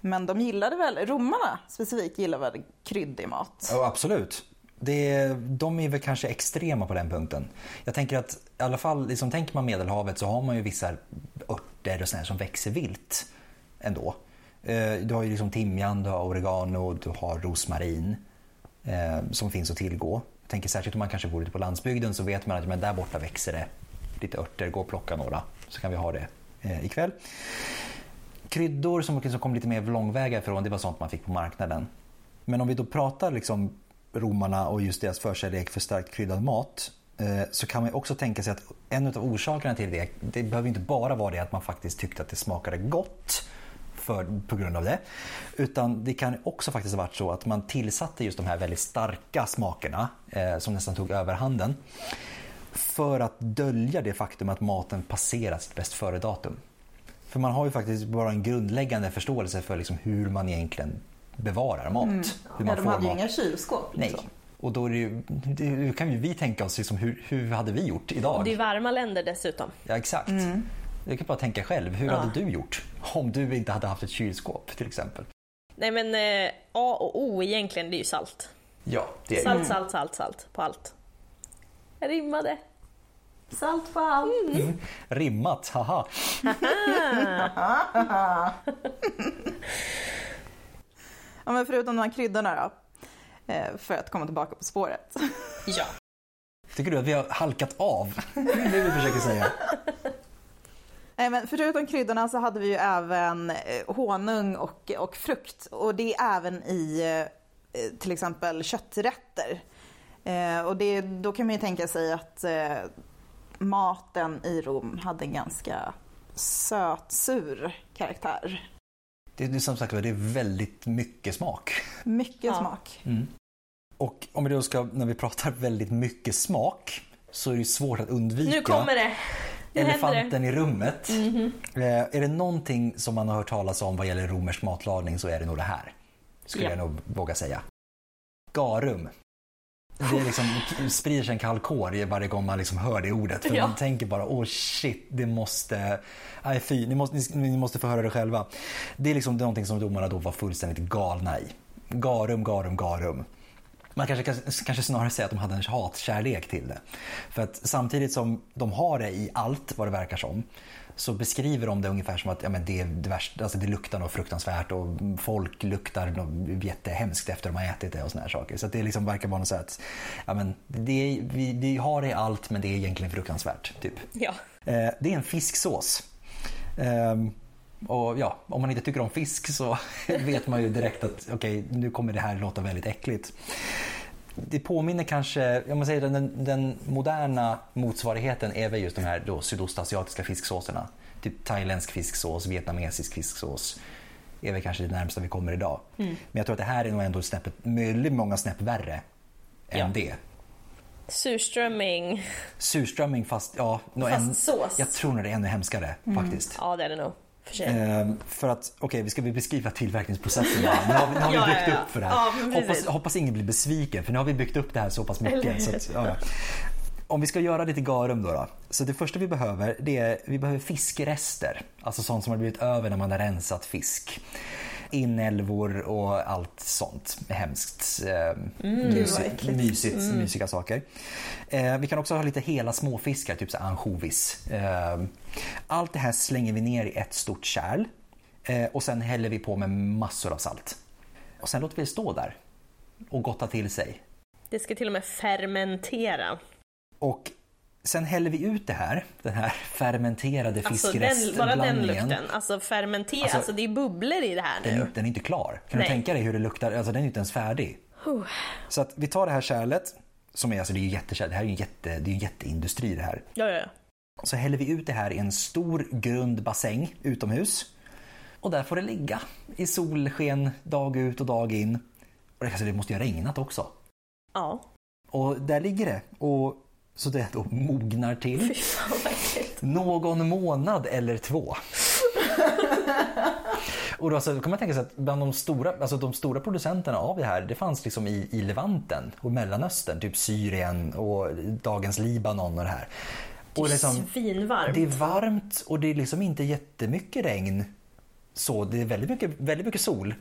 Men de gillade väl, romarna specifikt gillade väl kryddig mat?
Ja, absolut. Det, de är väl kanske extrema på den punkten. Jag tänker att i alla fall, liksom, tänker man Medelhavet så har man ju vissa örter och sånt här som växer vilt ändå. Eh, Du har ju liksom timjan, du har oregano, du har rosmarin eh, som finns att tillgå. Jag tänker särskilt om man kanske bor ute på landsbygden så vet man att men där borta växer det lite örter, gå och plocka några så kan vi ha det eh, ikväll. Kryddor som liksom kom lite mer långväga ifrån, det var sånt man fick på marknaden. Men om vi då pratar liksom romarna och just deras förkärlek för starkt kryddad mat eh, så kan man ju också tänka sig att en av orsakerna till det, det behöver ju inte bara vara det att man faktiskt tyckte att det smakade gott för, på grund av det. Utan det kan också faktiskt ha varit så att man tillsatte just de här väldigt starka smakerna eh, som nästan tog överhanden för att dölja det faktum att maten passerat sitt bäst före-datum. För man har ju faktiskt bara en grundläggande förståelse för liksom hur man egentligen bevarar mat. Hur man
Mm. Ja, de
får
hade ju
mat.
inga kylskåp.
Nej.
Liksom.
Och då är det ju, det kan ju vi tänka oss liksom, hur, hur hade vi gjort idag?
Det är varma länder dessutom.
Ja, exakt.
Mm.
Jag kan bara tänka själv, hur
Ja.
hade du gjort om du inte hade haft ett kylskåp till exempel?
Nej men eh, A och O egentligen, det är ju salt.
Ja, Mm. det
Salt, salt, salt, salt på allt. Jag rimmade.
Salt på allt.
Mm. Rimmat, haha.
Ja, men förutom de här kryddorna då. eh, För att komma tillbaka på spåret.
Ja.
Tycker du att vi har halkat av? det är det vi försöker säga.
Nej, men förutom kryddorna så hade vi ju även eh, honung och, och frukt och det är även i eh, till exempel kötträtter. Eh, och det, då kan man ju tänka sig att eh, maten i Rom hade en ganska sötsur karaktär.
Det är som sagt var, det är väldigt mycket smak.
Mycket
Ja.
smak.
Mm.
Och om vi då ska, när vi pratar väldigt mycket smak så är det ju svårt att undvika
Nu kommer det. Nu händer det. Mhm.
elefanten i rummet. Eh, är det någonting som man har hört talas om vad gäller romersk matlagning så är det nog det här. Skulle
Ja.
jag nog våga säga. Garum. det liksom sprider sig en kall kår i varje gång man liksom hör det ordet. För
Ja.
Man tänker bara, åh shit, det måste... Nej fy, ni måste, ni, ni måste få höra det själva. Det är liksom någonting som domarna då var fullständigt galna i. Garum, garum, garum. Man kanske, kanske- kanske snarare säger att de hade en hatkärlek till det. För att samtidigt som de har det i allt vad det verkar som så beskriver de det ungefär som att ja, men det, är det, värsta, alltså det luktar något fruktansvärt och folk luktar något jättehemskt efter de har ätit det och såna här saker. Så att det liksom verkar vara något så här att ja, men det, är- vi, vi har det i allt men det är egentligen fruktansvärt. Typ.
Ja.
Eh, det är en fisksås. Ehm, och ja, om man inte tycker om fisk så vet man ju direkt att okej, nu kommer det här låta väldigt äckligt. Det påminner kanske, om man säger den- den, den moderna motsvarigheten är väl just de här då sydostasiatiska fisksåserna. Typ thailändsk fisksås, vietnamesisk fisksås är väl kanske det närmsta vi kommer idag. Men jag tror att det här är nog ändå snäppet, väldigt många snäpp värre än
Ja.
det.
Surströmming.
Surströmming fast, ja, nog
Fast sås.
jag tror nog det är ännu hemskare faktiskt.
Mm. Ja, det är det nog. För sig.
Ehm, för att, okej, vi ska väl beskriva tillverkningsprocessen. här. Nu har vi, nu har vi
Ja, ja,
byggt
ja.
upp för det här.
Ja, men precis.
hoppas, hoppas ingen blir besviken, för nu har vi byggt upp det här så pass mycket. Så att, ja, ja. Om vi ska göra lite garum då, då. Så det första vi behöver, det är, vi behöver fiskrester. Alltså sånt som har blivit över när man har rensat fisk. Inälvor och allt sånt hemskt. ehm,
Mm.
mysigt, mysigt, Mysiga saker. Eh, vi kan också ha lite hela småfiskar, typ så här ansjovis. Eh, allt det här slänger vi ner i ett stort kärl eh, och sen häller vi på med massor av salt. Och sen låter vi det stå där och gotta till sig.
Det ska till och med fermentera.
Och sen häller vi ut det här, den här fermenterade
Alltså den,
fiskresten,
bara den
blandningen.
lukten. Alltså fermentera,
Alltså-
alltså, det är bubblor i det här
Den,
nu.
är- den är inte klar. Kan
Nej.
du tänka dig hur det luktar? Alltså den är inte ens färdig. Så att vi tar det här kärlet, som är, alltså, det är ju jättekärl, det här är ju en, jätte, det är en jätteindustri det här.
Ja, ja, ja.
Så häller vi ut det här i en stor grund bassäng utomhus. Och där får det ligga i solsken dag ut och dag in. Och det, alltså, det måste ju ha regnat också.
Ja.
Och där ligger det. Och så det då mognar till
Fy fan vad äckligt.
någon månad eller två. Och då, så kan man tänka sig att bland de stora, alltså de stora producenterna av det här, det fanns liksom i, i Levanten och Mellanöstern, typ Syrien och dagens Libanon och det här. Och liksom,
Svinvarmt.
det är varmt och det är liksom inte jättemycket regn. Så det är väldigt mycket, väldigt mycket sol.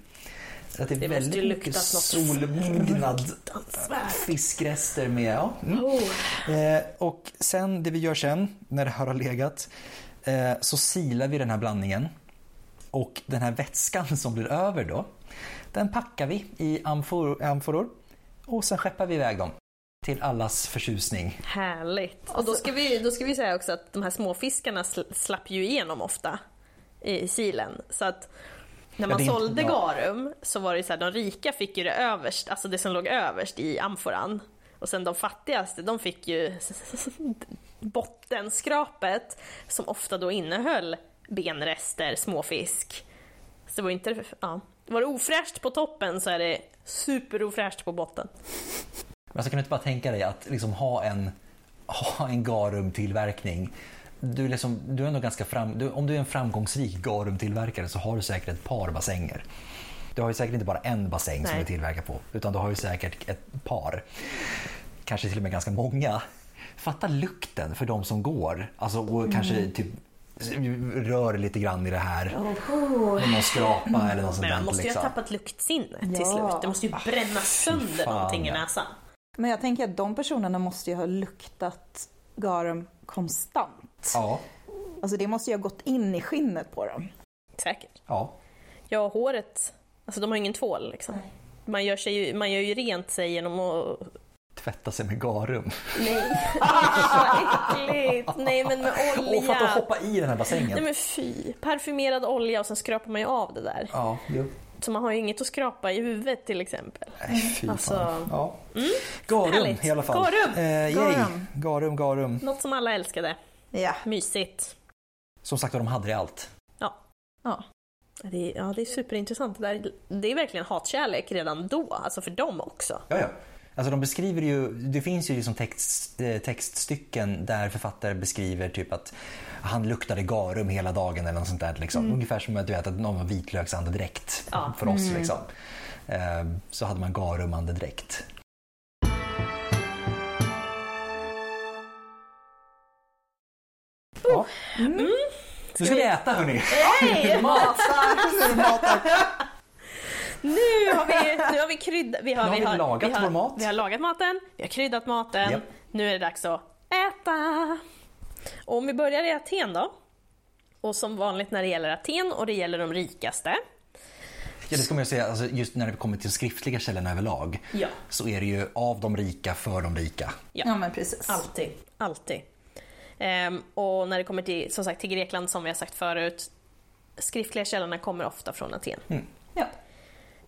Så att det är
Det måste
väldigt
ju
mycket
luktat något
solmognad fiskrester med. Ja. Mm.
Oh.
Eh, och sen det vi gör sen när det här har legat eh, så silar vi den här blandningen. Och den här vätskan som blir över då, den packar vi i amfor, amforor och sen skeppar vi iväg dem till allas förtjusning.
Härligt. Och då ska, vi, då ska vi säga också att de här småfiskarna sl- slapp ju igenom ofta i silen. Så att när man
det är inte-
sålde
ja.
garum så var det ju så här, de rika fick ju det överst, alltså det som låg överst i amforan. Och sen de fattigaste, de fick ju bottenskrapet som ofta då innehöll benrester, småfisk. Så det var inte, ja. Var det ofräscht på toppen så är det superofräscht på botten.
Men alltså, kan du inte bara tänka dig att liksom ha en, ha en garumtillverkning. Du, är liksom, du är ändå ganska fram, du, om du är en framgångsrik garumtillverkare så har du säkert ett par bassänger. Du har ju säkert inte bara en bassäng som
Nej.
du tillverkar på utan du har ju säkert ett par. Kanske till och med ganska många. Fatta lukten för de som går alltså, och
Mm.
kanske typ rör lite grann i det här. Om någon skrapa eller något sånt
Men
där,
man måste ju ha
liksom. Ah,
tappat luktsinne till
Ja.
slut. Det måste ju bränna sönder
fan,
någonting i
ja.
näsan.
Men jag tänker att de personerna måste ju ha luktat garum konstant.
Ja,
Alltså det måste ju ha gått in i skinnet på dem.
Säkert.
ja.
Ja, håret. Alltså de har ju ingen tvål liksom. Man gör, sig ju, man gör ju rent sig genom att...
Tvätta sig med garum.
Nej, så äckligt! Nej men med
Och fatta att
olja.
hoppa i den här bassängen.
Nej men fy. Parfymerad olja och sen skrapar man ju av det där.
Ja, jo.
Så man har ju inget att skrapa i huvudet till exempel.
Nej, fy
Alltså-
fan. Ja. Garum
Härligt.
i alla fall.
Garum.
Eh, yay.
Garum.
garum, garum.
Något som alla älskade.
Ja.
Mysigt.
Som sagt var, de hade det i allt.
Det är, ja, det är superintressant. Det, där, det är verkligen hatkärlek redan då, alltså för dem också.
Ja, ja. Alltså de beskriver ju, det finns ju liksom text, eh, textstycken där författare beskriver typ att han luktade garum hela dagen eller något sånt där. Liksom. Ungefär som att du vet att någon har vitlöksandedräkt
Mm. Ja. Mm.
Ehm, för oss. Liksom. Eh, Så hade man garumandedräkt. Ja. Nu ska vi äta hörni.
Mm. Hej!
Matar.
Nu har vi, nu har vi kryddat. Vi har,
Nu har vi lagat
vi har,
vår mat.
Vi har lagat maten, vi har kryddat maten.
Japp.
Nu är det dags att äta. Och om vi börjar i Aten då. Och som vanligt när det gäller Aten och det gäller de rikaste.
Ja, det ska man ju säga, alltså, just när det kommer till skriftliga källorna överlag
Ja.
så är det ju av de rika för de rika.
Ja men precis.
Alltid. Alltid. Ehm, och när det kommer till, som sagt, till Grekland, som vi har sagt förut, skriftliga källorna kommer ofta från Aten.
Ja.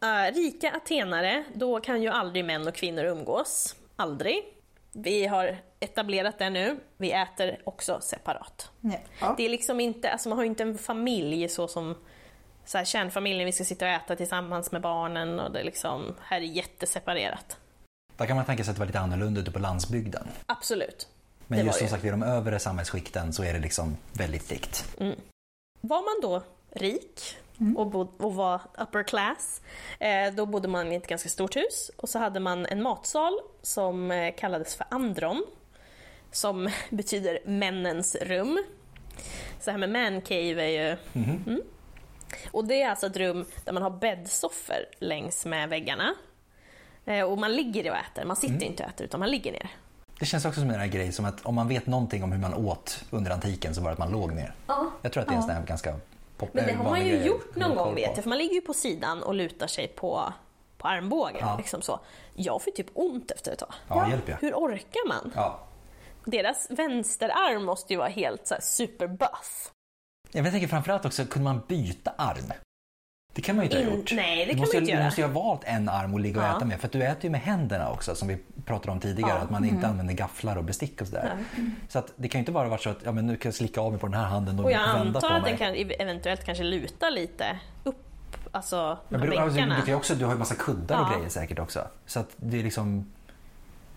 Eh, rika atenare, då kan ju aldrig män och kvinnor umgås. Aldrig. Vi har etablerat det nu. Vi äter också separat.
Ja.
Det är liksom inte, alltså man har ju inte en familj så som så här, kärnfamiljen, vi ska sitta och äta tillsammans med barnen och det är liksom, här är jätteseparerat.
Där kan man tänka sig att det var lite annorlunda ute på landsbygden.
Absolut. Det
Men
var
just som
ju.
sagt i de övre samhällsskikten så är det liksom väldigt likt.
Mm. Var man då rik och, bod, och var upper class, eh, då bodde man i ett ganska stort hus och så hade man en matsal som eh, kallades för andron, som betyder männens rum. Så här med man cave är ju... Mm. Och det är alltså ett rum där man har bäddsoffor längs med väggarna. Eh, och man ligger och äter, man sitter inte och äter utan man ligger ner.
Det känns också som en här grej som att om man vet någonting om hur man åt under antiken så var det att man låg ner. Jag tror att det är en sån här ganska pop-
Men det har man
vanlig
ju
grej
gjort
att
någon
ha
gång
koll på.
vet jag, för man ligger ju på sidan och lutar sig på, på armbågen.
Ja.
Liksom så. Jag får typ ont efter ett tag.
Ja, hjälp jag.
Hur orkar man?
Ja.
Deras vänsterarm måste ju vara helt så här, superbuff.
Jag tänker framförallt också, kunde man byta arm? Det kan man ju inte ha
In-
gjort.
Mm, nej, det
Du
kan
måste
man inte
ju, Du
göra.
måste ju ha valt en arm att ligga och
Ja.
äta med. För att du äter ju med händerna också som vi pratade om tidigare.
Ja. Mm.
Att man inte använder gafflar och bestick och sådär. Så att det kan ju inte bara vara så att ja, men nu kan jag slicka av mig på den här handen och,
Och jag
vända på
antar att
mig.
den kan eventuellt kanske luta lite upp, alltså
Men
med
beror- alltså,
bänkarna.
du, kan ju också, du har ju massa kuddar och
Ja.
grejer säkert också. Så att det är liksom...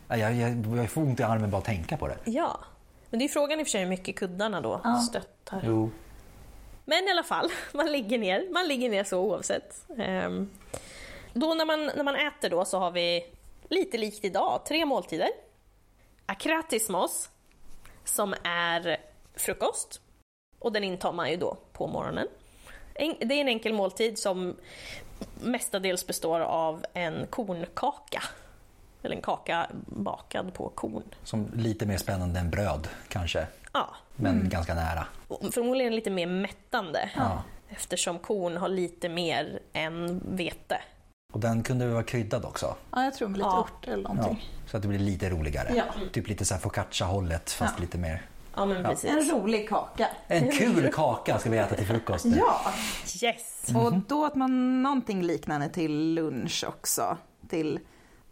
Ja, Jag, jag, jag får ont i armen bara att tänka på det.
Ja. Men det är ju frågan i och för sig hur mycket kuddarna då stöttar.
Jo.
Men i alla fall, man ligger ner. Man ligger ner så oavsett. Ehm, då när man, när man äter då så har vi lite likt idag, tre måltider. Akratismos, som är frukost. Och den intar man ju då på morgonen. En, det är en enkel måltid som mestadels består av en kornkaka. Eller en kaka bakad på korn.
Som lite mer spännande än bröd kanske.
Ja,
Men ganska nära.
och förmodligen lite mer mättande.
Ja.
Eftersom korn har lite mer än vete.
Och den kunde vara kryddad också.
ja, jag tror med lite
Ja.
ört eller
Ja,
någonting.
så att det blir lite roligare.
Ja.
Typ lite så här focaccia-hållet fast lite mer.
Ja men precis.
En rolig kaka.
En kul kaka ska vi äta till frukost. nu.
Ja.
Yes!
Mm. Och då åt man någonting liknande till lunch också. Till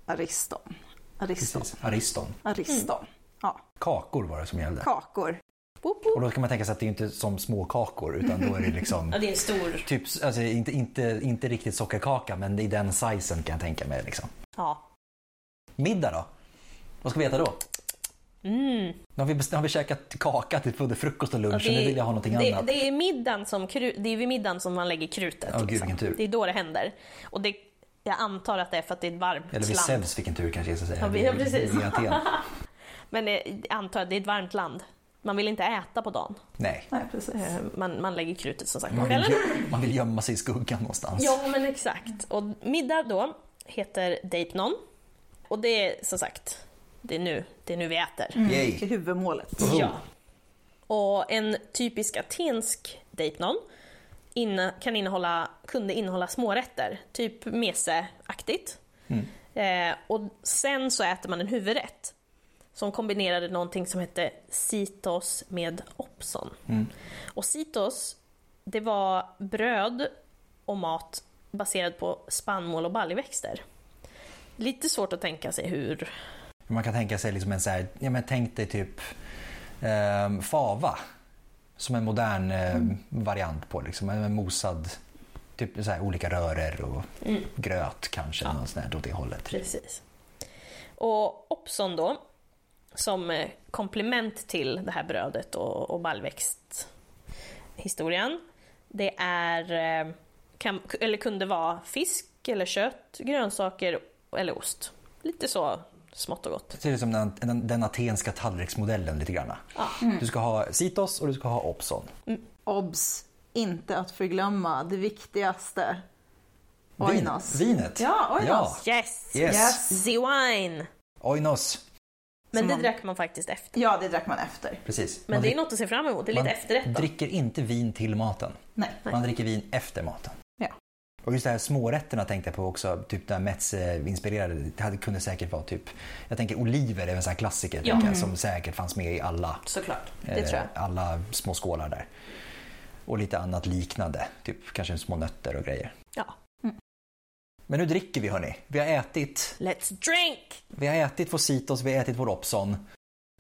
ariston. Ariston.
Precis. Ariston.
Ariston. Ja,
Kakor var det som gällde.
kakor.
Boop, boop.
Och då kan man tänka sig att det är inte som små kakor utan då är det liksom
Ja, det är en stor...
typ, alltså, inte, inte, inte riktigt sockerkaka men i den sizen kan jag tänka mig. Liksom.
Ja.
Middag då? Vad ska vi äta då?
Mm.
Nu har vi, best- nu har vi käkat kaka till både frukost och lunch så nu vill jag ha någonting
det,
annat.
Det är, middagen som, kru- det är vid middagen som man lägger krutet. liksom.
Ja, gud, vilken tur.
Det är då det händer. Och det, jag antar att det är för att det är ett varmt
Eller vid
land.
Zeus vilken tur kanske jag ska säga.
Ja, vi- ja, precis.
I Aten.
Men eh, jag antar att det är ett varmt land. Man vill inte äta på dagen.
Nej.
Nej, precis.
Eh, Man, man lägger krutet som sagt på
Man vill,
kvällen.
gö- man vill gömma sig i skuggan någonstans.
Ja, men exakt. Och middag då heter Dejpnon. Och det är som sagt, det är nu, det är nu vi äter.
Det är
Yay.
huvudmålet.
Woho.
Ja. Och en typisk atensk dejpnon inne, kan innehålla, kunde innehålla smårätter, typ meseaktigt. Eh, och sen så äter man en huvudrätt som kombinerade någonting som hette sitos med opson. Och sitos, det var bröd och mat baserad på spannmål och baljväxter. Lite svårt att tänka sig hur...
Man kan tänka sig liksom en så här, ja men tänk dig typ ehm, fava som en modern eh,
Mm.
variant på liksom, en en mosad, typ så här, olika rörer och gröt kanske, något sånt där, åt det hållet.
Mm. Precis. Och Opson då, som eh, komplement till det här brödet och, och baljväxthistorien, det är, eh, kan, eller kunde vara fisk eller kött, grönsaker eller ost. Lite så smått och gott.
Det är som den, den, den atenska tallriksmodellen lite grann.
Mm.
Du ska ha Sitos och du ska ha Opson.
Obs! Inte att förglömma det viktigaste. Oinos.
Vinet.
Ja, Oinos.
Ja.
Yes!
Yes.
Yes.
The wine!
Oinos.
Men
Som
det
man-
drack man faktiskt efter.
Ja, det drack man efter.
Precis.
Men
Man
det är
drick-
något att se fram emot, det är lite
man
efterrätt då.
dricker inte vin till maten.
Nej.
Man dricker vin efter maten.
Ja.
Och just det här smårätterna tänkte jag på också, typ där Metz eh, inspirerade. Det hade, kunde säkert vara typ, jag tänker oliver är en sån här klassiker
Ja.
tänker jag, som säkert fanns med i alla, eh,
Såklart.
Mm. Det tror jag.
alla små skålar där. Och lite annat liknande, typ kanske små nötter och grejer.
Ja.
Mm.
Men nu dricker vi hörni. Vi har ätit,
Let's drink!
vi har ätit vår Citos, vi har ätit vår Opson.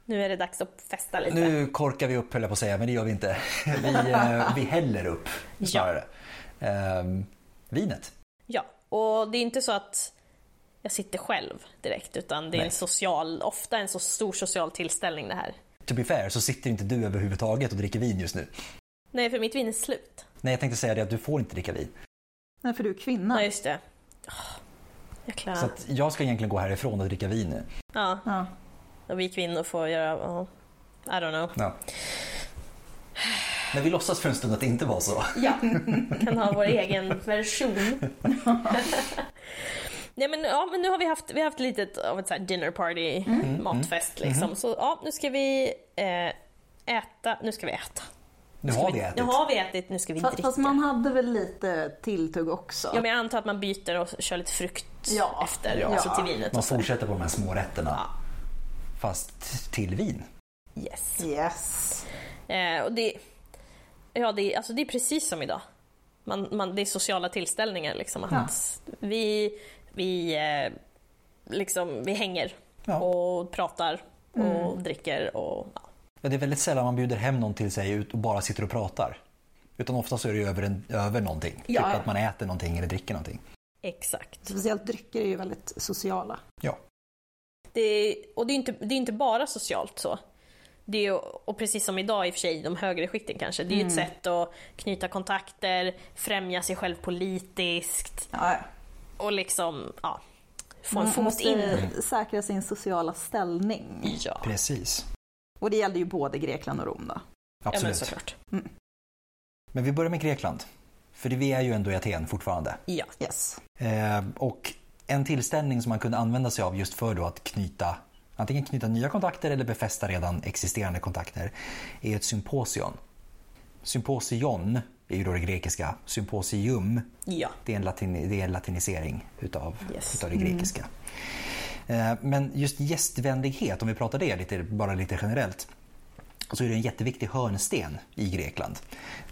Nu är det dags att festa lite.
Nu korkar vi upp höll jag på att säga, men det gör vi inte. Vi, eh, vi häller upp snarare. Ehm, vinet.
Ja, och det är inte så att jag sitter själv direkt, utan det är
Nej.
en social, ofta en så stor social tillställning det här.
To be fair så sitter inte du överhuvudtaget och dricker vin just nu.
Nej, för mitt vin är slut.
Nej, jag tänkte säga det att du får inte dricka vin.
Nej, för du är kvinna.
Ja, just det. Åh, Jäklar.
Så att jag ska egentligen gå härifrån och dricka vin nu.
Ja,
Ja.
och vi kvinnor får göra, ja, I don't know,
Ja. Men vi låtsas för en stund att det inte var så.
ja.
kan ha vår egen version. Nej men, ja, men nu har vi haft, vi har haft lite av ett så här dinner party,
Mm.
matfest liksom. Så ja, nu ska vi eh, äta, nu ska vi äta.
Nu
Ska
har vi ätit.
Nu har vi ätit, nu ska vi
Fast,
dricka.
fast man hade väl lite tilltugg också?
Ja, men jag antar att man byter och kör lite frukt
Ja.
efter,
Ja.
alltså till vinet.
Man
Och så.
fortsätter på de här små rätterna. Fast till vin.
Yes.
Yes.
Eh, och det, ja, det, är- alltså det är precis som idag. Man, man, det är sociala tillställningar. Liksom, att vi, vi, eh, liksom, vi hänger
Ja. Mm.
och pratar och dricker. Och, ja.
Ja, det är väldigt sällan man bjuder hem någon till sig ut och bara sitter och pratar. Utan ofta så är det ju över, en, över någonting.
Ja.
Typ att man äter någonting eller dricker någonting.
Exakt.
Speciellt drycker är ju väldigt sociala.
Ja.
Det, är- och det är, inte, det är inte bara socialt så. Det är, ju- och precis som idag i och för sig, de högre skikten kanske. Det är ju
Mm.
ett sätt att knyta kontakter, främja sig själv politiskt.
Ja, ja.
och liksom ja, få en
Man
fot
måste
in.
säkra sin sociala ställning.
Ja,
Precis.
Och det gällde ju både Grekland och Rom då. Mm.
ja men
Absolut. men,
såklart.
vi börjar med Grekland. För det- vi är ju ändå i Aten fortfarande.
Ja.
Yes.
Eh, och en tillställning som man kunde använda sig av just för då att knyta antingen knyta nya kontakter eller befästa redan existerande kontakter är ett symposion. Symposion är ju då det grekiska. Symposium
ja.
Det är en, latin, det är en latinisering utav,
Yes.
utav det grekiska. Eh, Men just gästvänlighet, om vi pratar det lite, bara lite generellt, så är det en jätteviktig hörnsten i Grekland.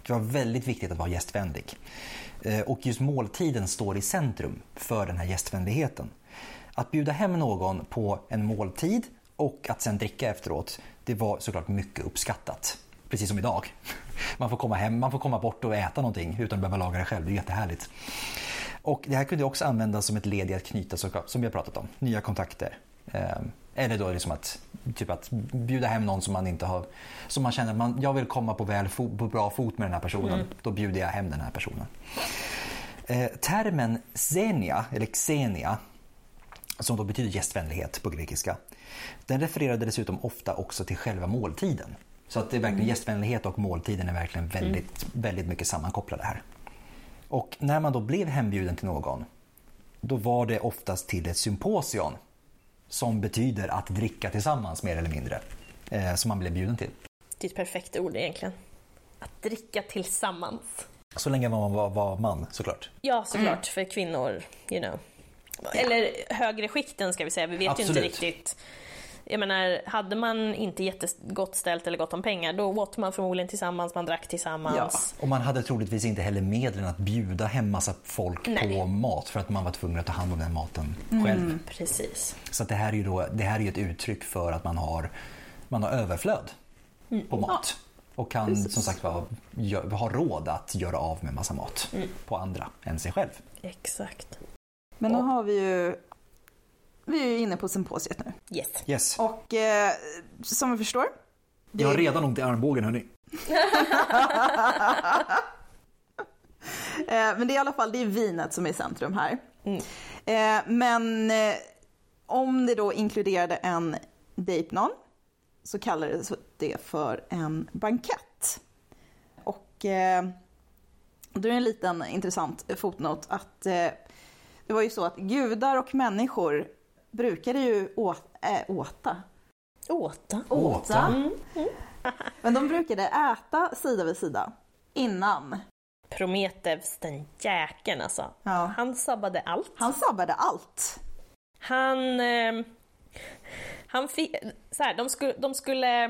Det var väldigt viktigt att vara gästvänlig. Eh, Och just måltiden står i centrum för den här gästvänligheten. Att bjuda hem någon på en måltid och att sen dricka efteråt, det var såklart mycket uppskattat. Precis som idag. Man får komma hem, man får komma bort och äta någonting utan att behöva laga det själv. Det är jättehärligt. Och det här kunde också användas som ett led i att knyta, såklart, som vi har pratat om, nya kontakter. Eh, Eller då liksom att, typ att bjuda hem någon som man inte har, som man känner att man, jag vill komma på, väl fo, på bra fot med den här personen. Då bjuder jag hem den här personen. Eh, termen xenia, eller xenia, som då betyder gästvänlighet på grekiska. Den refererade dessutom ofta också till själva måltiden. Så att det är verkligen gästvänlighet och måltiden är verkligen väldigt, väldigt mycket sammankopplade här. Och när man då blev hembjuden till någon, då var det oftast till ett symposion som betyder att dricka tillsammans mer eller mindre, eh, som man blev bjuden till.
Det är ett perfekt ord egentligen. Att dricka tillsammans.
Så länge man var, var man såklart.
Ja, såklart, för kvinnor, you know. Eller högre skikten ska vi säga, vi vet ju inte
Absolut.
riktigt. Jag menar, hade man inte jättegott ställt eller gott om pengar, då åt man förmodligen tillsammans, man drack tillsammans.
Och man hade troligtvis inte heller medlen att bjuda hem massa folk på
Nej.
mat för att man var tvungen att ta hand om den maten själv.
Precis.
Så att det här är ju då, det här är ju ett uttryck för att man har, man har överflöd på mat. Och kan som sagt vara- gö- ha råd att göra av med massa mat på andra än sig själv.
Exakt.
Men nu har vi ju... Vi är ju inne på symposiet nu.
Yes.
Yes.
Och eh, som vi förstår...
Jag har redan ont i armbågen hörni.
Eh, men det är i alla fall det är vinet som är i centrum här.
Mm.
Eh, men eh, om det då inkluderade en dapenon så kallades det för en bankett. Och eh, då är en liten intressant fotnot att eh, det var ju så att gudar och människor brukade ju å, äh, åta,
Åta.
Åta.
men de brukade äta sida vid sida innan.
Prometheus, den jäkeln alltså.
Ja.
Han sabbade allt.
Han sabbade allt.
Han... ehm, han fick... Så här, de skulle... De, skulle,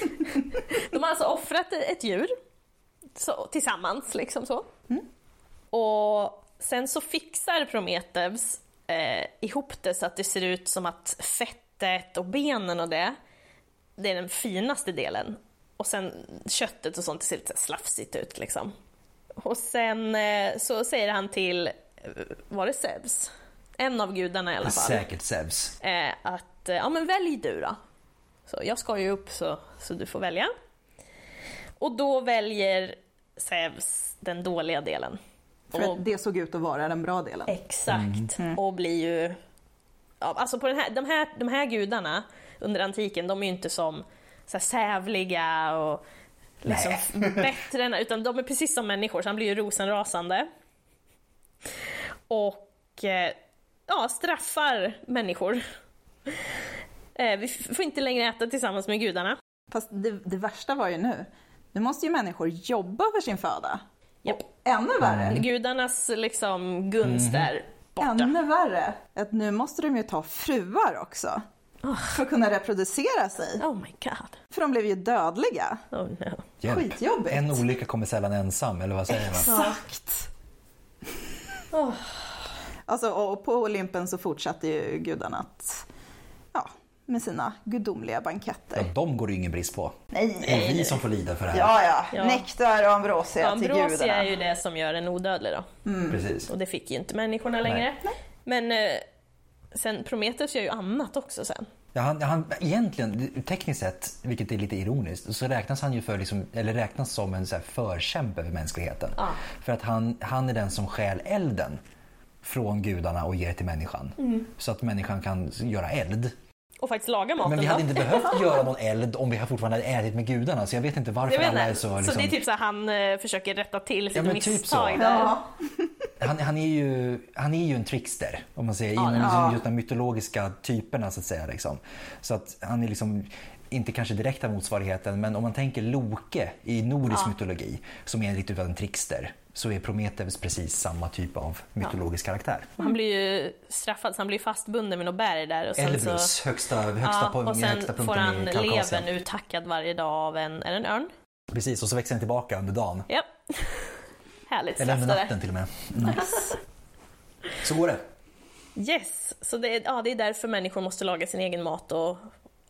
de har alltså offrat ett djur så, tillsammans, liksom så. Och sen så fixar Prometheus eh, ihop det så att det ser ut som att fettet och benen och det, det är den finaste delen. Och sen köttet och sånt, det ser lite så här slafsigt ut liksom. Och sen eh, så säger han till, eh, var det Zeus? En av gudarna i alla fall.
Säkert Zeus.
Eh, att, eh, ja men välj du då. Så jag ska ju upp så, så du får välja. Och då väljer Zeus den dåliga delen.
För
Och-
att det såg ut att vara den bra delen.
Exakt. Och blir ju... Ja, alltså på den här, de, här, de här gudarna under antiken, de är ju inte som så här sävliga och liksom bättre än, utan de är precis som människor, så han blir ju rosenrasande. Och eh, ja, straffar människor. Eh, Vi f- får inte längre äta tillsammans med gudarna.
Fast det, det värsta var ju nu. Nu måste ju människor jobba för sin föda.
Japp.
Och
Mm.
ännu värre,
Gudarnas liksom gunst är borta.
ännu värre, att nu måste de ju ta fruar också. För att kunna reproducera sig.
Oh my god.
För de blev ju dödliga.
Oh no.
Hjälp.
Skitjobbigt.
En olycka kommer sällan ensam, eller vad säger man?
Exakt.
Åh.
Alltså, och på Olympen så fortsatte ju gudarna att, ja, med sina gudomliga banketter.
Ja, de går det ju ingen brist på.
Nej.
Det är vi som får lida för det här.
Ja, ja.
Ja.
Nektar och ambrosia till
Ambrosia
gudarna.
är ju det som gör en odödlig då.
Mm. Precis.
Och det fick ju inte människorna längre. Men eh, sen Prometheus gör ju annat också sen.
Ja, han, han, egentligen, tekniskt sett, vilket är lite ironiskt, så räknas han ju för liksom, eller räknas som en så här förkämpe för mänskligheten. För att han, han är den som stjäl elden från gudarna och ger till människan. Så att människan kan göra eld.
Och faktiskt lagar maten
Men vi
då.
hade inte behövt göra någon eld om vi fortfarande hade ätit med gudarna. Så jag vet inte varför
jag vet
alla är
inte.
så...
Så,
Liksom,
det är typ så här, han eh, försöker rätta till sitt
men typ
misstag
så.
där.
Ja.
han, han, är ju, han är ju en trickster, om man säger, inom just de mytologiska typerna så att säga. Liksom. Så att han är liksom inte kanske direkta motsvarigheten, men om man tänker Loke i nordisk mytologi, som är lite av en trickster, så är Prometheus precis samma typ av mytologisk karaktär.
Han blir ju straffad så han blir fastbunden med något berg där. Och sen
Elbrus,
så,
högsta, högsta,
ja, och
poäng,
sen
högsta
får
punkten
han
i Kaukasien.
levern uthackad varje dag av en, är det en örn?
Precis, och så växer han tillbaka under dagen.
Ja. Härligt
Eller
straff
under
det där.
natten till och med. Mm. Så går det.
Yes, så det är, ja, det är därför människor måste laga sin egen mat och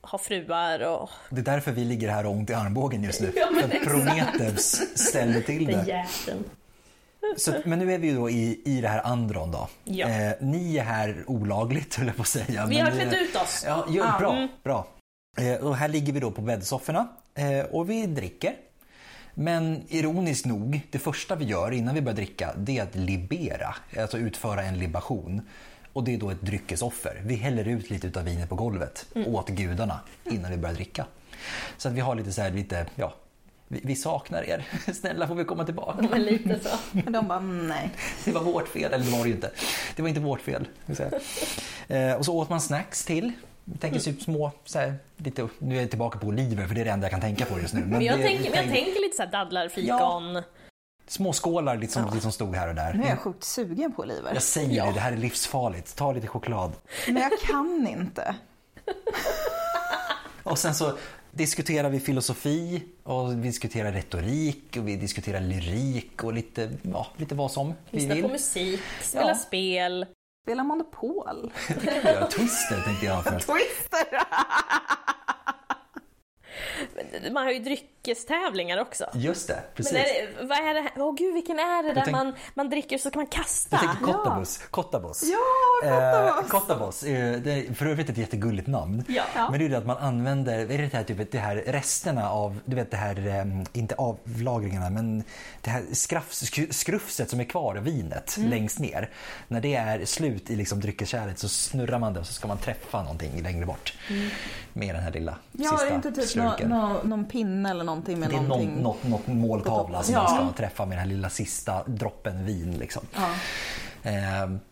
ha fruar och
Det är därför vi ligger här och har ont i armbågen just nu. för att Prometheus ställer till det.
den jäkeln.
Så, men nu är vi ju då i, i det här Andron då.
Ja.
Eh, ni är här olagligt höll jag på att säga.
Vi
men
har
ni är-
klätt ut oss. Mm.
Ja, ja, bra. bra. Eh, och här ligger vi då på bäddsofforna eh, och vi dricker. Men ironiskt nog, det första vi gör innan vi börjar dricka det är att libera, alltså utföra en libation. Och det är då ett dryckesoffer. Vi häller ut lite utav vinet på golvet
Mm.
åt gudarna innan vi börjar dricka. Så att vi har lite så här, lite, ja, vi, vi saknar er. Snälla får vi komma tillbaka?
Men lite så.
Men de bara, nej.
Det var vårt fel, eller det var det ju inte. Det var inte vårt fel. vill säga. Eh, och så åt man snacks till. Jag tänker typ små, så här, lite, nu är jag tillbaka på oliver för det är det enda jag kan tänka på just nu.
Men jag,
det,
tänker, men jag
tänk-
tänker lite såhär dadlar, fikon.
Små skålar liksom, som stod här och
Nu är
där.
jag sjukt sugen på oliver.
Jag säger det, det här är livsfarligt. Ta lite choklad.
Men jag kan inte.
Och sen så diskuterar vi filosofi och vi diskuterar retorik och vi diskuterar lyrik och lite, ja, lite vad som vi
lyssna på
vill.
musik, spela
Mm. Ja.
spel.
Spela Monopol.
Twister tänkte jag först.
Twister!
Man har ju dryck, dryckestävlingar också.
Just det, precis.
Men är det, vad är det här? Åh gud, vilken är det där
tänk-
man, man dricker så kan man kasta?
Jag tänker Kottabos. Kottabos.
Ja,
Eh,
Kottabos.
Kottabos. Eh, det är för övrigt ett jättegulligt namn.
Ja.
Men det är ju det att man använder, är det det här, typ, det här resterna av, du vet det här, eh, inte avlagringarna, men det här skrafs, skru- skrufset som är kvar av vinet
Mm.
längst ner. När det är slut i liksom dryckeskärlet så snurrar man det och så ska man träffa någonting längre bort. Med den här lilla
Ja,
sista
det är Mm. inte typ nå,
slurken.
nå, någon pinne eller någonting med
Det är någon,
någonting.
något, något måltavla som
Ja.
man ska träffa med den här lilla sista droppen vin. Liksom. Eh,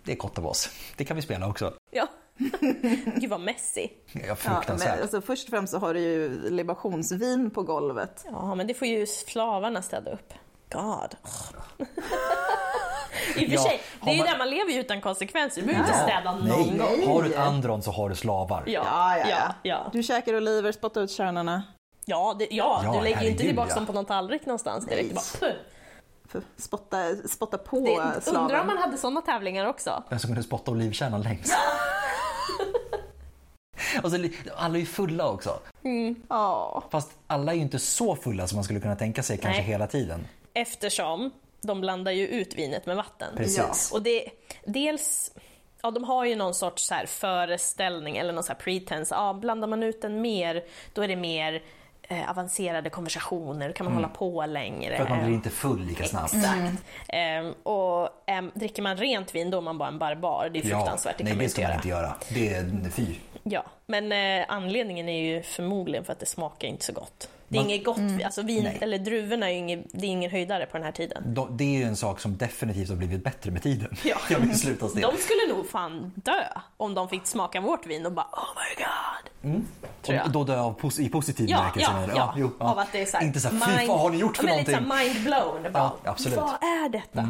det är Kottabås. Det kan vi spela också.
Ja. gud vad messy.
Ja,
Ja, men,
fruktansvärt.
alltså, först och främst så har du ju libationsvin på golvet.
Ja, men det får ju slavarna städa upp. God. I och för
Ja,
sig,
har
det är ju
man-
där man lever ju utan konsekvenser. Du behöver inte städa någon gång.
Nej. Har du ett Andron så har du slavar.
Ja, ja, ja. ja.
Du käkar oliver, spottar ut kärnorna.
Ja, det, ja,
Ja,
du lägger ju inte
herregud,
tillbaka
ja.
dem på någon tallrik någonstans direkt. Det, bara, puh.
F- Spotta, spotta på
det,
slaven.
undrar om man hade sådana tävlingar också.
Vem som kunde spotta olivkärnan längst. Och så, li- alla är ju fulla också.
Ja.
Fast alla är ju inte så fulla som man skulle kunna tänka sig kanske
Nej.
hela tiden.
Eftersom de blandar ju ut vinet med vatten.
Precis.
Och det, dels, ja de har ju någon sorts så här föreställning eller någon så här pretense, ja blandar man ut den mer, då är det mer eh, avancerade konversationer, då kan man hålla på
Mm.
längre. Eh,
För att man blir inte full lika snabbt.
Exakt. Ehm, och ehm, dricker man rent vin då är man bara en barbar, det är fruktansvärt, det
nej,
kan man
det
inte
ska man
göra.
inte göra. Det är fy.
Ja, men eh, anledningen är ju förmodligen för att det smakar inte så gott. Det är
Man- mm.
inget gott, alltså vin,
Nej.
eller druvorna är ju ingen, det är ingen höjdare på den här tiden.
De- Det är ju en sak som definitivt har blivit bättre med tiden.
Ja.
Jag vill sluta oss det.
De skulle nog fan dö om de fick smaka vårt vin och bara oh my god. tror jag.
Och då dör jag av pos- i positiv
Ja,
bemärkelse.
ja,
menar
ja,
du? jo,
Av att det är såhär,
Inte så här, fy fan har ni gjort för
men
någonting?
Lite såhär mind blown. Bara,
absolut.
Vad är detta?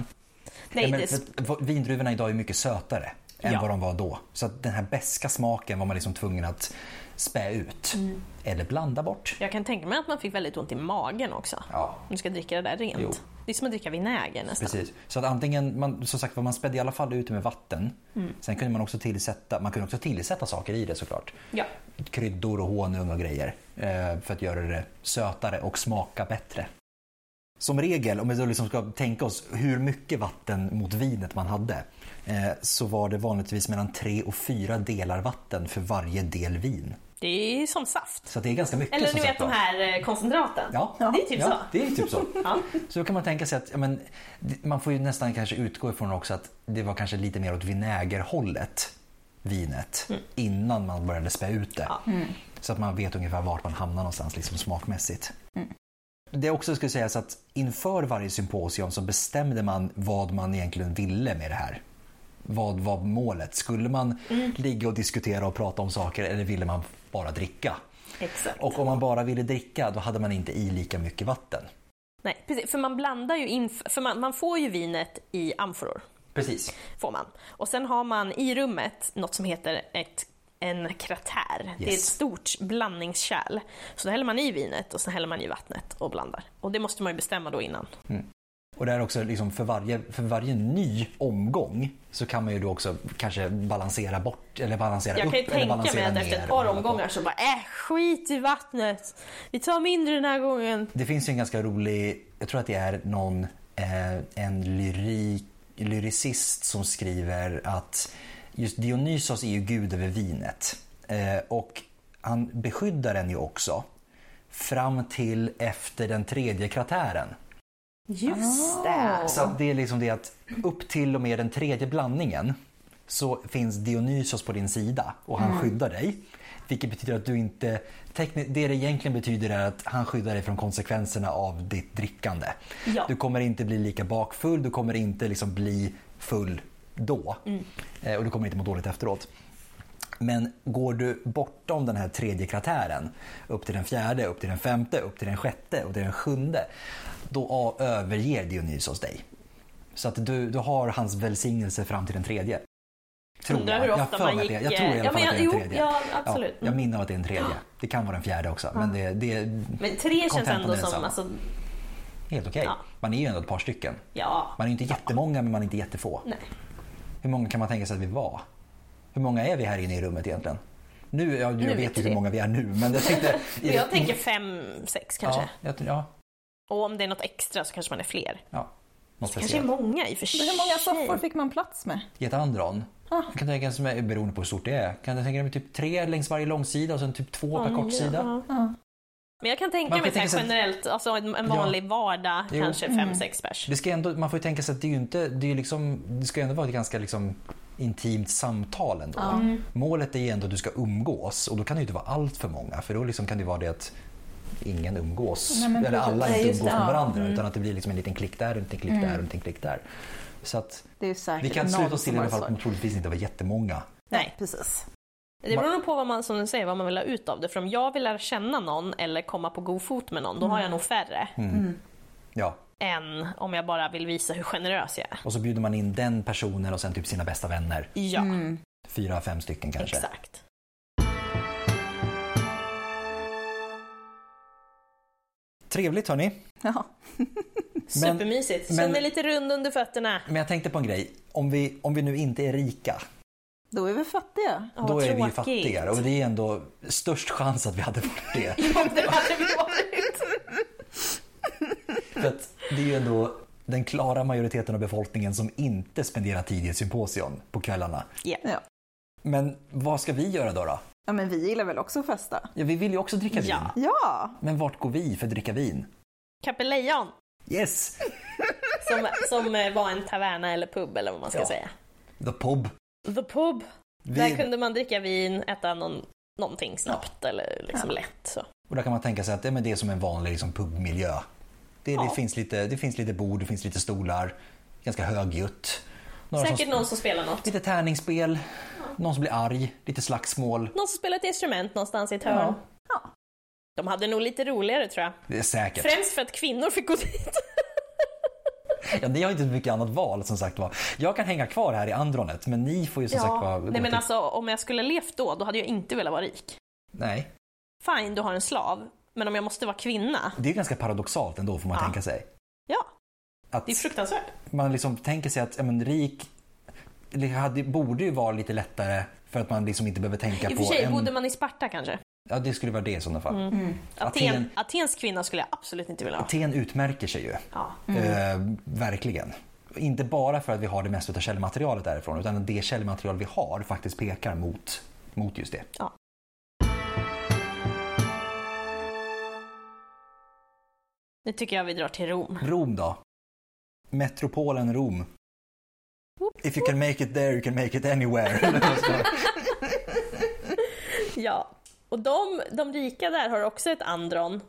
Nej,
Ja, men,
det,
för att vad- vindruvorna idag är mycket sötare än
Ja.
vad de var då. Så att den här beska smaken var man liksom tvungen att spä ut.
Mm.
Eller blanda bort.
jag kan tänka mig att man fick väldigt ont i magen också.
Ja.
Om du ska dricka det där rent.
Jo.
Det är som att dricka vinäger nästan.
Precis. Så att antingen, man, som sagt var, man spädde i alla fall ut det med vatten.
Mm.
Sen kunde man också tillsätta, man kunde också tillsätta saker i det såklart.
Ja.
Kryddor och honung och grejer. eh, För att göra det sötare och smaka bättre. Som regel, om vi då liksom ska tänka oss hur mycket vatten mot vinet man hade, eh, så var det vanligtvis mellan 3 och 4 delar vatten för varje del vin.
Det är som saft.
Så att det är ganska mycket
Eller
som
du vet
sagt
de
var.
här eh, koncentraten.
Ja,
Det är typ
ja,
så.
Det är typ så.
Ja.
Så då kan man tänka sig att ja, men, det- man får ju nästan kanske utgå ifrån också att det var kanske lite mer åt vinägerhållet, vinet, innan man började spä ut det. Så att man vet ungefär vart man hamnar någonstans liksom smakmässigt. Det jag också skulle säga så att inför varje symposium så bestämde man vad man egentligen ville med det här. Vad var målet? Skulle man ligga och diskutera och prata om saker eller ville man bara dricka?
Exakt.
Och om man bara ville dricka då hade man inte i lika mycket vatten.
Nej, precis. För man blandar ju in, för man, man får ju vinet i amforor.
Precis.
Får man. Och sen har man i rummet något som heter ett, en kratär. Det är ett
Yes.
stort blandningskärl. Så då häller man i vinet och sen häller man i vattnet och blandar. Och det måste man ju bestämma då innan.
Och där också liksom för, varje, för varje ny omgång så kan man ju då också kanske balansera bort eller balansera
Jag
upp
kan ju
eller
tänka mig
balansera
att
ner.
efter ett
och
par
hålla på.
omgångar så bara äh, skit i vattnet. Vi tar mindre den här gången.
Det finns ju en ganska rolig, jag tror att det är någon, eh, en lyrik, lyricist som skriver att just Dionysos är ju gud över vinet. Eh, och han beskyddar den ju också fram till efter den tredje kratären.
Just det.
Så att det är liksom det att upp till och med den tredje blandningen så finns Dionysos på din sida och han skyddar dig. Vilket betyder att du inte... tekni- Det det egentligen betyder är att han skyddar dig från konsekvenserna av ditt drickande.
Ja.
Du kommer inte bli lika bakfull, du kommer inte liksom bli full då. Eh, Och du kommer inte må dåligt efteråt. Men går du bortom den här tredje kratären, upp till den fjärde, upp till den femte, upp till den sjätte, upp till den sjunde, då a- överger Dionysos dig. Så att du, du har hans välsignelse fram till den tredje. Tror
Undrar
jag.
hur
Jag har
ofta
för
man
mig att det- jag
gick,
tror i
eh,
alla
ja,
fall
men
att det är
jag-
den
jo,
tredje.
ja, absolut.
jag minns av att det är den tredje. Det kan vara den fjärde också, men det, det är
Men tre känns
Kontentan
ändå
är
som,
densamma.
alltså,
helt okej.
Ja.
Man är ju ändå ett par stycken.
ja.
Man är ju inte jättemånga, men man är inte jättefå.
Nej.
Hur många kan man tänka sig att vi var? Hur många är vi här inne i rummet egentligen? Nu, jag,
Nu
jag vet
är tre.
inte hur många vi är nu, men jag tänkte...
Jag tänker fem, sex kanske.
Ja, jag, tror- ja,
Och om det är något extra så kanske man är fler.
ja. Något
Kanske är
speciellt.
många i och för sig.
Hur många soffor fick man plats med?
Getandron.
Ah.
Jag kan tänka mig, som är- beroende på hur stort det är, kan jag tänka mig typ tre längs varje långsida och sen typ två per kortsida.
Ja.
Ja.
Men jag kan
Man
tänka
kan
mig så här
tänka sig-
generellt, alltså en, en vanlig vardag,
Jo. Mm.
kanske fem, sex pers.
Det ska ändå, man får ju tänka sig att det är ju inte, det, är ju liksom, det ska ju ändå vara ett ganska liksom intimt samtal ändå.
Mm.
Målet är ju ändå att du ska umgås och då kan det ju inte vara allt för många för då liksom kan det ju vara det att ingen umgås,
Nej, men
eller alla
precis.
inte
Nej,
umgås
just det.
med
Ja. Mm.
varandra utan att det blir liksom en liten klick där, en liten klick där och en liten klick där. Så att
Det är ju säkert
vi kan
någon
sluta oss till
som
i
har
alla fall
svårt.
kommer troligtvis inte vara jättemånga.
Nej.
Precis.
Det beror nog på vad man, som du säger, vad man vill ha ut av det. För om jag vill lära känna någon eller komma på god fot med någon, då
Mm.
har jag nog färre
Ja.
än om jag bara vill visa hur generös jag är.
Och så bjuder man in den personen och sen typ sina bästa vänner.
Ja,
Fyra, fem stycken Mm. kanske.
exakt.
Trevligt hörni.
Ja.
Men-
Supermysigt.
men-
Känner mig lite rund under fötterna.
Men jag tänkte på en grej. Om vi, om vi nu inte är rika,
Då är vi fattiga.
Åh,
då
vad
är vi ju
tråkigt.
fattigare. Och det är ändå störst chans att vi hade varit det.
Det hade vi varit.
För att det är ju ändå den klara majoriteten av befolkningen som inte spenderar tid i ett symposium på kvällarna.
Ja.
Ja.
Men vad ska vi göra då? då?
ja, men vi gillar väl också att festa?
Ja, vi vill ju också dricka vin.
Ja.
Ja,
Men vart går vi för att dricka vin?
Kapellejon,
Yes!
som, som eh, var en taverna eller pub eller vad man ska
Ja.
säga.
The pub.
The pub. Där
Vi,
kunde man dricka vin, äta någon, någonting snabbt eller liksom lätt. Så.
Och där kan man tänka sig att ja, men det är som en vanlig liksom, pubmiljö. Det, det,
Ja.
finns lite, det finns lite bord, det finns lite stolar, ganska högljutt. Några som
Säkert någon som spelar något.
Lite tärningsspel, någon som blir arg, lite slagsmål.
Någon som spelar ett instrument någonstans i ett hörn.
Ja.
De hade nog lite roligare tror jag.
Det är säkert.
Främst för att kvinnor fick gå dit.
Ja, ni har ju inte så mycket annat val som sagt var. Jag kan hänga kvar här i Andronet men ni får ju som sagt var... gå
Nej men
till-
alltså om jag skulle levt då, då hade jag inte velat vara rik.
Nej,
Fine, du har en slav. Men om jag måste vara kvinna?
det är ganska paradoxalt ändå får man
Ja.
tänka sig.
Ja,
Att
det är fruktansvärt.
man liksom tänker sig att ja, men, rik det hade, borde ju vara lite lättare för att man liksom inte behöver tänka
I och
på
för sig,
en...
bodde man Mm. i Sparta kanske?
Ja, det skulle vara det i sådana fall.
Aten,
Aten-
Atens kvinna skulle jag absolut inte vilja ha.
Aten utmärker sig ju.
Ja.
Eh, verkligen. Inte bara för att vi har det mesta av källmaterialet därifrån utan det källmaterial vi har faktiskt pekar mot, mot just det.
Ja. Nu tycker jag vi drar till Rom.
Rom då? Metropolen Rom. If you can make it there you can make it anywhere.
Ja. Och de, de rika där har också ett andron,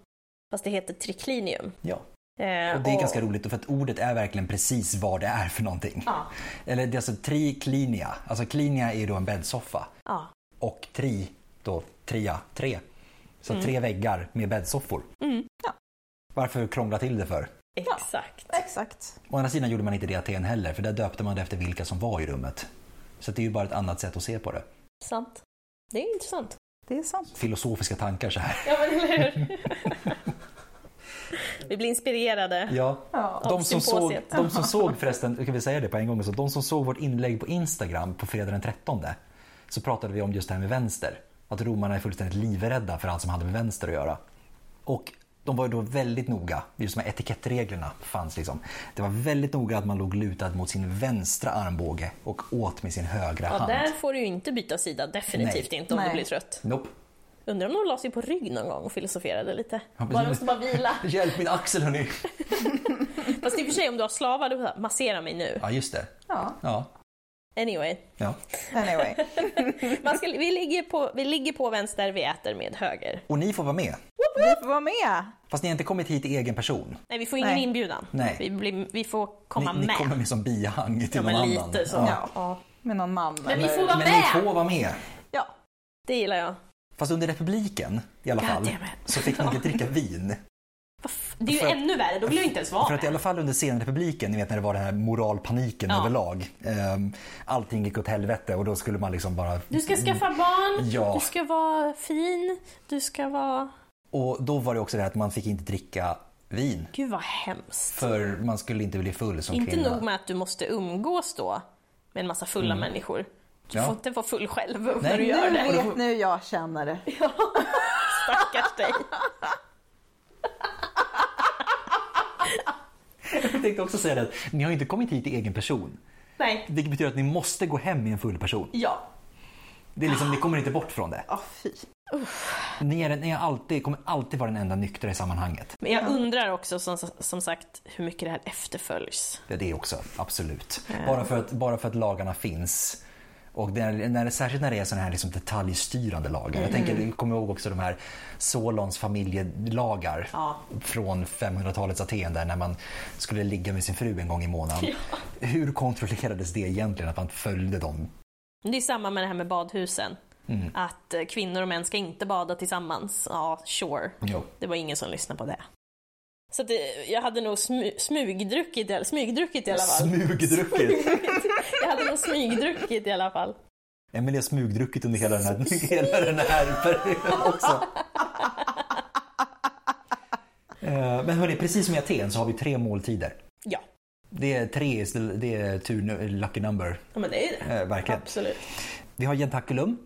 fast det heter triclinium.
ja.
Eh,
Och det är ganska roligt för att ordet är verkligen precis vad det är för någonting.
Ja.
Eller det är alltså triklinia. Alltså klinia är ju då en bäddsoffa.
Ja.
Och tri, då tria, tre. Så tre väggar med bäddsoffor.
Ja.
Varför krångla till det för?
Exakt.
exakt.
Å andra sidan gjorde man inte det i Aten heller för där döpte man det efter vilka som var i rummet. Så det är ju bara ett annat sätt att se på det.
Sant. Det är intressant.
Det är sant.
Filosofiska tankar så här.
Ja, men eller hur? Vi blir inspirerade.
Ja.
Ja.
De som, såg,
symposiet.
de som såg förresten, kan vi säga det på en gång, så de som såg vårt inlägg på Instagram på fredag den 13 så pratade vi om just det här med vänster. Att romarna är fullständigt livrädda för allt som hade med vänster att göra. Och de var ju då väldigt noga, just de här etikettreglerna fanns liksom. Det var väldigt noga att man låg lutad mot sin vänstra armbåge och åt med sin högra
Ja,
hand.
där får du ju inte byta sida, definitivt
Nej.
inte om du
Nej.
blir trött.
Nope.
Undrar om de la sig på rygg någon gång och filosoferade lite.
Ja, precis.
bara, måste bara vila.
Hjälp min axel hörni!
Fast i och för sig om du har slavar, då bara, massera mig nu.
Ja, just det.
Ja.
Ja.
Anyway,
ja.
Anyway.
man ska, vi, ligger på, vi ligger på vänster, vi äter med höger.
Och ni får vara med.
Vi får vara med.
Fast ni har inte kommit hit i egen person.
Nej, vi får ingen
Nej.
inbjudan.
Nej.
Vi, blir, vi får komma
ni, ni
med.
kommer med som bihang till
ja,
någon
men
annan.
lite så.
Ja.
Ja.
Med någon man.
Men vi får vara
Men ni
med!
får vara med.
Ja.
Det gillar jag.
Fast under republiken i alla fall
Goddammit.
så fick man inte dricka vin.
Vad f- Det är ju
För att-
ännu värre, då vill jag inte ens vara
För att i
med.
alla fall under senrepubliken, ni vet när det var den här moralpaniken
Ja.
överlag. ehm, Allting gick åt helvete och då skulle man liksom bara...
Du ska skaffa barn,
Ja.
du ska vara fin, du ska vara...
Och då var det också det här att man fick inte dricka vin.
Gud vad hemskt.
För man skulle inte bli full som
Inte
kvinna.
nog med att du måste umgås då med en massa fulla människor. Du
Mm. Ja.
får inte vara full själv när
Nej,
du
Nu
gör det.
vet nu jag känner det.
Stackars dig.
Jag tänkte också säga det att ni har ju inte kommit hit i egen person.
Nej.
Vilket betyder att ni måste gå hem i en full person.
Ja.
Det är liksom, ni kommer inte bort från det.
Åh fy.
Ni, är, ni är alltid, kommer alltid vara den enda nyktra i sammanhanget.
Men jag undrar också som, som sagt hur mycket det här efterföljs.
Det är det också, absolut. Bara, för att, bara för att lagarna finns. Och det är, när, det- särskilt när det är sådana här liksom detaljstyrande lagar. Jag tänker,
Mm.
jag kommer ihåg också de här Solons familjelagar
Ja.
från 500-talets Aten där när man skulle ligga med sin fru en gång i månaden. Hur kontrollerades det egentligen att man följde dem? Mm.
Det är samma med det här med badhusen. Att eh, kvinnor och män ska inte bada tillsammans. Ja, sure.
Jo.
Det var ingen som lyssnade på det. Så att det, jag hade nog smy, smygdruckit, i alla- smygdruckit i alla fall.
Smugdruckit!
jag hade nog smygdruckit i alla fall.
Emelie har smugdruckit under hela den här, hela den här perioden också. Eh, Men hörni, precis som i Aten så har vi tre måltider.
Ja,
Det är tre, det är tur, lucky number,
ja men det är det.
eh, verkligen.
Absolut.
Vi har gentaculum,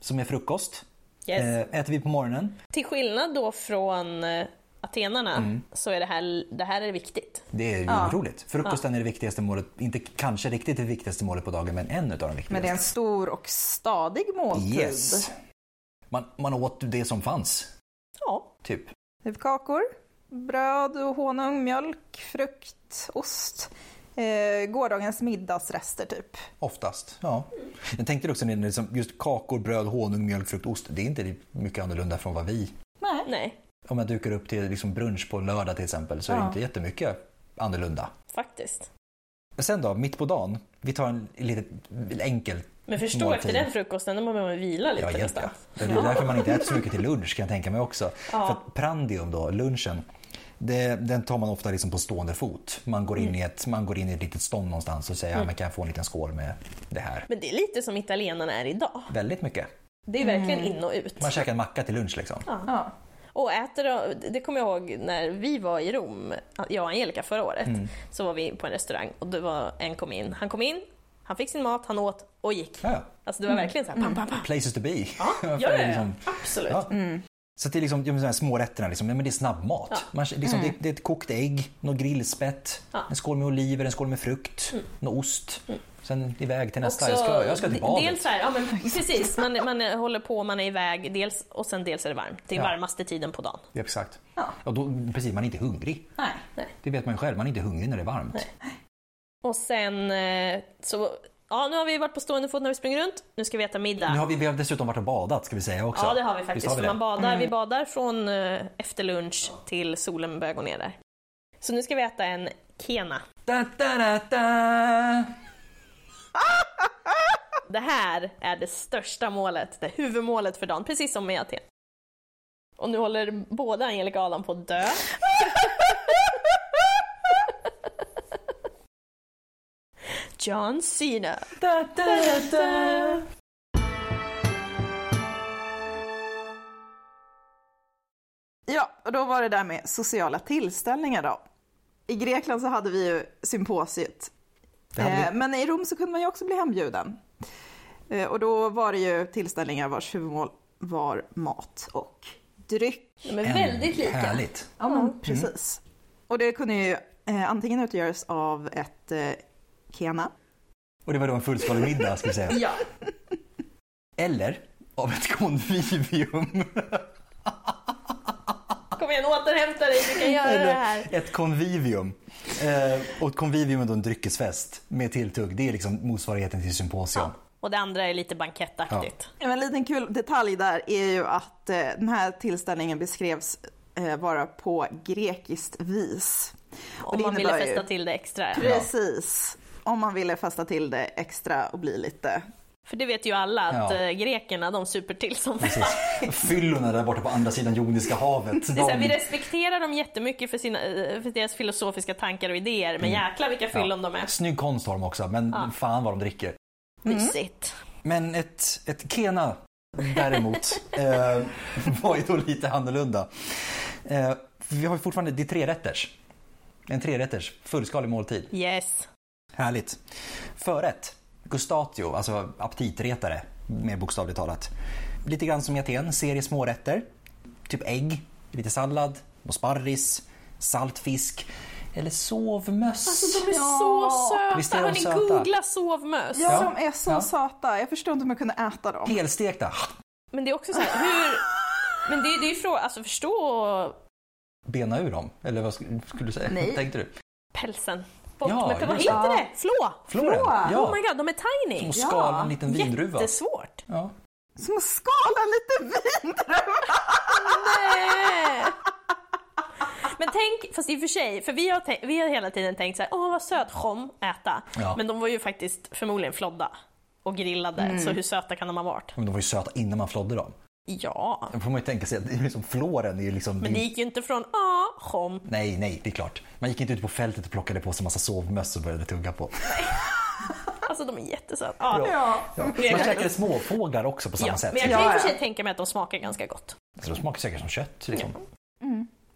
som är frukost.
Yes.
Eh, Äter vi på morgonen.
Till skillnad då från eh, atenarna
Mm.
så är det här, det här är viktigt.
Det är ju otroligt. Frukosten är det viktigaste målet, inte kanske riktigt det viktigaste målet på dagen, men en utav de
Men det är
viktigaste.
en stor och stadig måltid.
Yes. Man, man åt det som fanns,
Ja,
typ.
Typ kakor, bröd och honung, mjölk, frukt, ost. Eh, gårdagens middagsrester typ.
Oftast, ja. Jag tänkte också när det är liksom, just kakor, bröd, honung, mjölk, frukt, ost. Det är inte mycket annorlunda från vad vi...
Nej.
nej,
Om jag dukar upp till liksom brunch på en lördag till exempel så är det
Ja.
inte jättemycket annorlunda.
faktiskt.
Men sen då, mitt på dagen. Vi tar en lite enkel
Men förstå
måltid.
efter den frukosten, då behöver man vila lite
Ja, hjälp ja.
nästan.
Det är därför man inte äter så mycket till lunch kan jag tänka mig också. För att prandium då, lunchen, det, den tar man ofta liksom på stående fot. Man går, in i ett, man går in i ett litet stånd någonstans och säger mm. man kan jag få en liten skål med det här.
Men det är lite som italienarna är idag.
Väldigt mycket.
Det är verkligen in och ut.
Man käkar en macka till lunch liksom.
Ja.
Och äter, det kommer jag ihåg när vi var i Rom, jag och Angelica förra året,
Mm.
så var vi på en restaurang och det var en kom in. Han kom in, han fick sin mat, han åt och gick.
Ja, ja.
Alltså det var verkligen så här pam, pam, pam.
Places to be.
Ja, Mm.
För
ja,
det är
ja, ja.
liksom-
absolut.
Ja. Så att det är liksom, de här smårätterna, liksom, ja, men det är snabbmat. Man, liksom,
Mm.
det, det är ett kokt ägg, något grillspett, en skål med oliver, en skål med frukt,
Mm.
någon ost. Sen iväg till nästa. jag, ska, jag ska till
de-
badet.
Dels så här, ja, men precis, man, man håller på, man är iväg, dels, och sen dels är det varmt. Det är
Ja.
varmaste tiden på dagen.
Ja, exakt. Ja, då, precis, man är inte hungrig.
Nej.
Det vet man ju själv, man är inte hungrig när det är varmt.
Och sen eh, så, ja nu har vi varit på stående fot när vi springer runt, nu ska vi äta middag.
Nu har vi, vi har dessutom varit och badat ska vi säga också.
Ja det Mm. har vi
Visst
faktiskt,
vi
för man
det?
badar, vi badar från eh, efter lunch till solen börjar gå ner där. Så nu ska vi äta en kena.
Da, da, da, da.
Det här är det största målet, det huvudmålet för dagen, precis som med Aten. Och nu håller båda Angelica och Adam på att dö. John Cena.
Ja, och då var det där med sociala tillställningar då. I Grekland så hade vi ju symposiet.
Det hade vi.
Eh, men i Rom så kunde man ju också bli hembjuden. Eh, och då var det ju tillställningar vars huvudmål var mat och dryck.
De är
En-
väldigt lika.
Härligt.
Ja, men precis. Och det kunde ju eh, antingen utgöras av ett eh, kena.
Och det var då en fullskalig middag ska vi säga.
Ja.
Eller av ett konvivium.
Kom igen, återhämta dig, vi kan göra det här.
Eller ett konvivium. Eh, och ett konvivium är då en dryckesfest med tilltugg. Det är liksom motsvarigheten till symposium.
Och det andra är lite bankettaktigt.
Ja, men En liten kul detalj där är ju att eh, den här tillställningen beskrevs eh, vara på grekiskt vis.
Om man ville
innebär
festa
ju,
till det extra. ja.
Precis. Om man ville festa till det extra och bli lite...
Mm.
För det vet ju alla att
Ja.
eh, grekerna, de super till som fan.
Precis. Fyllorna där borta på andra sidan Joniska havet.
Det är så här, vi
De,
respekterar dem jättemycket för, sina, eh, för deras filosofiska tankar och idéer,
Mm.
men jäklar vilka fyllon de är.
snygg konst har de också, men fan vad de dricker.
Mm. Mysigt.
Men ett, ett Kena däremot eh, var ju då lite annorlunda. Eh, för vi har ju fortfarande, det är trerätters. En trerätters, fullskalig måltid.
Yes.
Härligt. Förrätt, Gustatio, alltså aptitretare, mer bokstavligt talat. Lite grann som i Aten, serie smårätter. Typ ägg, lite sallad, och sparris, saltfisk eller sovmöss.
De är
Ja.
så
Visst
söta!
är de
Hörni,
söta?
googla sovmöss.
Ja,
Ja.
de är så
Ja.
söta. Jag förstår inte om jag kunde äta dem.
Helstekta.
Men det är också så här, hur... Men det, det är ju frågan, alltså förstå
Bena ur dem, eller vad sk- skulle du säga?
Nej.
Tänkte du?
pälsen. Bort
Ja,
med Vad
just
heter
det.
det? Flå!
Floren?
Flor.
Ja.
Oh my god, de är tiny!
Och skala
Ja.
en liten vindruva.
Jättesvårt.
Ja.
Som att skala en liten vindruva.
Nej. Men tänk, fast i och för sig, för vi har, tänkt- vi har hela tiden tänkt så här, åh vad söt chom äta.
Ja.
Men de var ju faktiskt förmodligen flodda och grillade,
Mm.
så hur söta kan de ha varit?
Men de var ju söta innan man flådde dem.
Ja.
Då får man ju tänka sig att det är liksom, flåren är ju liksom...
Men det gick ju inte från ah, chom.
Nej, nej, det är klart. Man gick inte ut på fältet och plockade på sig en massa sovmöss och började tugga på.
Alltså de är jättesöta. Mm. Ja.
Ja.
Ja. Man käkade småfåglar också på samma
Ja,
sätt.
men jag
Ja.
kan i och för
Ja, ja.
sig tänka mig att de smakar ganska gott.
Så de smakar säkert som kött. Liksom.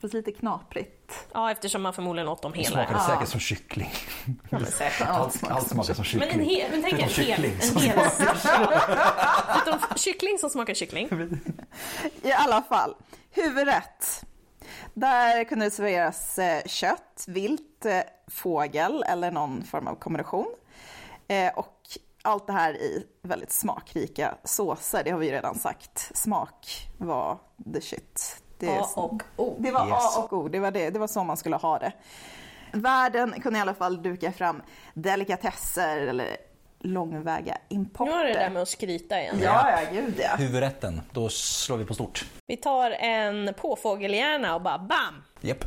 Fast lite knaprigt.
Ja, eftersom man förmodligen åt dem
De
hela.
smakade
Ja.
säkert som kyckling.
Ja,
Allt, allt smakar som
Men,
kyckling.
en hel, men tänk en
Utom
hel.
kyckling.
En hel. Utom kyckling som smakar kyckling.
I alla fall, huvudrätt. Där kunde det serveras eh, kött, vilt, eh, fågel eller någon form av kombination. Eh, Och allt det här i väldigt smakrika såser, det har vi ju redan sagt. Smak var the shit. Det,
A och O.
det var
Yes.
A och O, det var, det, det var så man skulle ha det. Värden kunde i alla fall duka fram delikatesser eller långväga
Nu var det det där
importer.
med att skryta igen.
Ja, ja, gud ja.
Huvudrätten, då slår vi på stort.
Vi tar en påfågelhjärna och bara BAM!
Japp.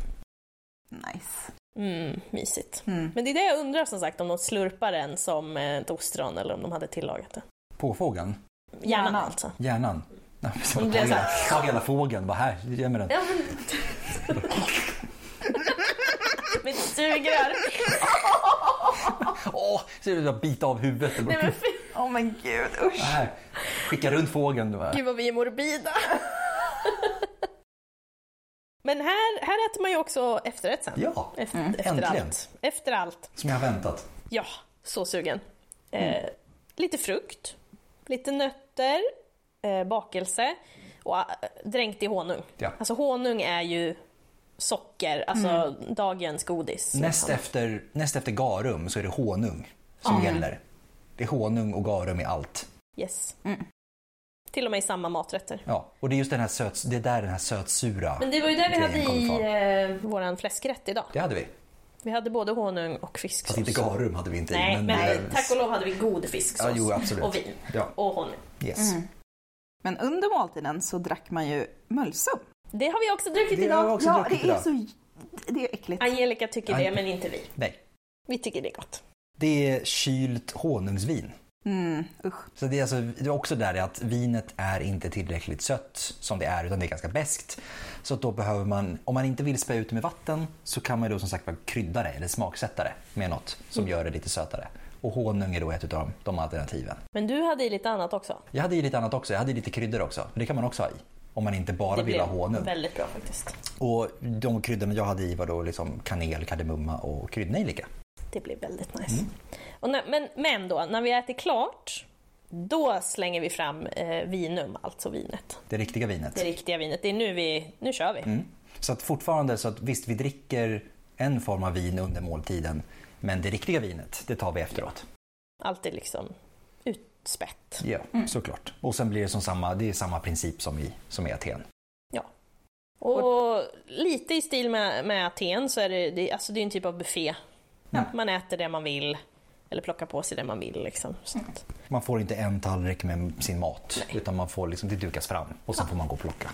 Nice.
Mm, mysigt. Men det är det jag undrar som sagt om de slurpar den som eh, ett ostron eller om de hade tillagat det.
Påfågeln,
Hjärnan
Hjärnan.
alltså.
hjärnan. Ja, men så-
Hon
Ta
blev så
hela,
här-
ta hela fågeln, bara här, ge mig den.
Ja, men... Med sugrör.
Åh, så är det bara bita av huvudet.
Nej men fy,
Åh oh, men gud, usch.
Här, skicka runt fågeln. Bara.
gud vad vi är morbida. Men här, här äter man ju också efterrätt sen.
Ja, Mm.
Efter, efter
äntligen.
allt. Efter allt.
som jag har väntat.
Ja, så sugen. Eh,
Mm.
lite frukt, lite nötter, eh, bakelse och eh, dränkt i honung.
Ja.
Alltså honung är ju socker, alltså dagens godis.
Näst
liksom.
efter, näst efter garum så är det honung som gäller. Det är honung och garum i allt.
Yes. Till och med i samma maträtter.
Ja, och det är just den här söt, det är där den här sötsura
Men det var ju det vi hade
grejen kommer
i
ifrån.
eh, vår fläskrätt idag.
Det hade vi.
Vi hade både honung och fisksås.
Fast inte garum hade vi inte i,
Nej, men,
eh,
tack och lov hade vi god fisksås.
Ja, jo, absolut.
Och vin.
Ja.
Och honung.
Mm.
Yes.
Men under måltiden så drack man ju mölsum.
Det har vi också druckit
Det har vi
idag.
också druckit
det är
idag.
så... Det är äckligt.
Angelica tycker
Aj.
det, men inte vi.
Nej.
Vi tycker det är gott.
Det är kylt honungsvin.
Mm, usch.
Så det är, alltså, det är också där att vinet är inte tillräckligt sött som det är utan det är ganska beskt. Så att då behöver man, om man inte vill spä ut det med vatten så kan man ju då som sagt vara krydda det eller smaksätta det med något som
Mm.
gör det lite sötare. Och honung är då ett av de, de alternativen.
Men du hade i lite annat också.
Jag hade ju lite annat också, jag hade ju lite kryddor också. Det kan man också ha i. Om man inte bara vill ha honung.
väldigt bra faktiskt.
Och de kryddorna jag hade i var då liksom kanel, kardemumma och kryddnejlika.
Det blev väldigt nice.
Mm.
Och när, men, men då, när vi äter klart, då slänger vi fram eh, vinum, alltså vinet.
Det riktiga vinet.
Det riktiga vinet. Det är nu vi, nu kör vi.
Mm. Så att fortfarande, så att visst vi dricker en form av vin under måltiden, men det riktiga vinet, det tar vi efteråt.
Alltid liksom utspätt.
Ja, såklart. Och sen blir det som samma, det är samma princip som i, som i Aten.
Och lite i stil med, med Aten så är det, det, alltså det är en typ av buffé.
Mm. Ja.
Man äter det man vill, eller plockar på sig det man vill. Liksom. Så att,
Man får inte en tallrik med sin mat, utan man får liksom, det dukas fram och sen får man gå och plocka.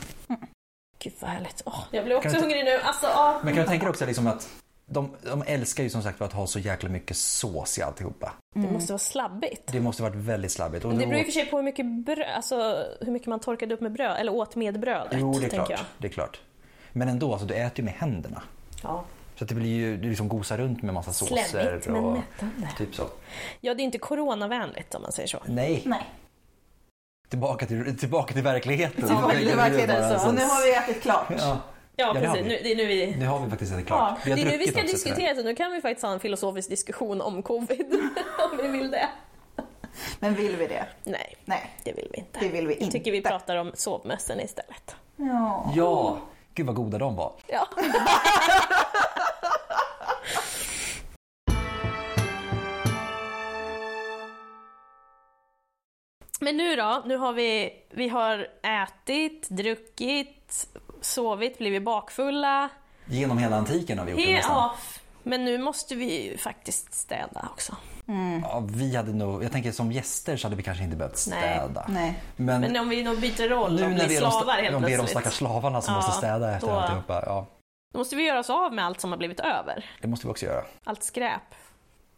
gud vad härligt. Åh, jag blir också
Kan du ta-
hungrig nu. Alltså, åh.
Men kan jag tänka dig också liksom att de, de älskar ju som sagt att ha så jäkla mycket sås i alltihopa.
Det måste vara slabbigt.
Det måste varit väldigt slabbigt. Och
Det
då-
beror ju för sig på hur mycket, brö- alltså, hur mycket man torkade upp med bröd, eller åt med brödet.
Jo, det är
tänker
klart.
jag.
Det är klart. Men ändå, alltså, du äter ju med händerna.
Ja.
Så att det blir ju, du liksom gosar runt med massa såser.
Slemmigt, men mättande.
Typ så.
ja, det är inte coronavänligt om man säger så.
Nej. Tillbaka, till, tillbaka till verkligheten.
Det var, det var verkligen
Bara
så.
så-
Och nu har vi ätit klart.
Ja,
Ja,
det har
precis.
vi.
Nu, det är nu vi...
nu har vi faktiskt det klart.
Ja, det
har
är nu vi
druckit
ska
också, tyvärr.
diskutera, så nu kan vi faktiskt ha en filosofisk diskussion om covid. om vi vill det.
Men vill vi det?
Nej,
Nej,
det vill vi inte.
det vill vi inte.
Jag tycker vi pratar om sovmössen istället.
Ja.
Ja! Gud vad goda de var.
Ja. Men nu då, nu har vi, vi har ätit, druckit, sovit, blivit bakfulla.
Genom hela antiken har vi gjort det
He-
nästan.
ja. Men nu måste vi ju faktiskt städa också.
Mm.
Ja, vi hade nog, jag tänker som gäster så hade vi kanske inte behövt
Nej.
städa.
Nej.
Men,
Men om vi då byter roll och blir
vi är de sta-
slavar helt
de, är de
plötsligt.
stackars slavarna som
Ja,
måste städa efter
då-
alltihopa. Ja,
Då måste vi göra oss av med allt som har blivit över.
det måste vi också göra.
Allt skräp.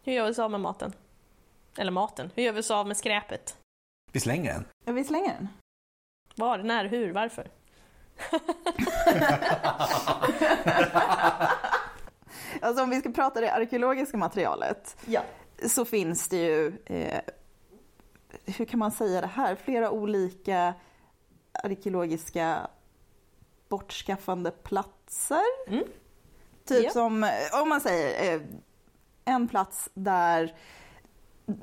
Hur gör vi oss av med maten? Eller maten, hur gör vi oss av med skräpet?
Vi slänger den.
Ja, vi slänger den.
Var, när, hur, varför?
Alltså om vi ska prata det arkeologiska materialet
Ja.
så finns det ju, eh, hur kan man säga det här, flera olika arkeologiska bortskaffande platser.
Mm.
Typ
Ja.
som, eh, om man säger eh, en plats där,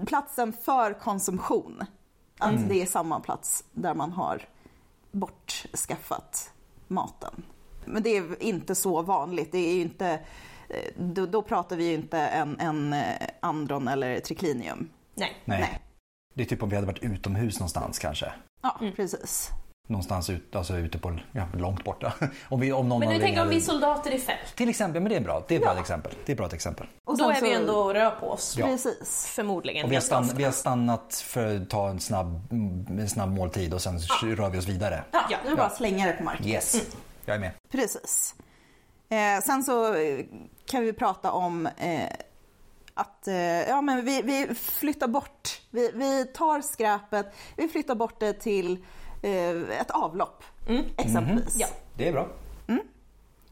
platsen för konsumtion, att
Mm.
det är samma plats där man har bortskaffat maten. Men det är inte så vanligt. Det är ju inte, eh, då, då pratar vi ju inte en, en eh, andron eller triklinium.
Nej.
Nej.
Nej.
Det är typ om vi hade varit utomhus någonstans kanske.
Ja,
Mm.
precis.
Någonstans ut, alltså ute på, ja, långt borta. om vi, om någon
Men nu
anledning
tänker jag om
hade-
vi är soldater i fält.
Till exempel, men det är bra. Det är ett bra exempel. Det är ett bra exempel.
Och
Då
sen
är vi
så-
ändå och rör på oss.
Ja.
Precis.
Förmodligen.
Och vi, har
ganska
stann,
ofta.
vi har stannat för att ta en snabb, mm, en snabb måltid och sen rör vi oss vidare.
Ja,
Ja.
nu bara slänga det på marken.
Yes,
Mm.
jag är med.
Precis. Eh, sen så eh, kan vi prata om eh, att eh, ja, men vi, vi flyttar bort, vi, vi tar skräpet, vi flyttar bort det till eh, ett avlopp
Mm.
Mhm.
exempelvis.
Ja.
Det är bra.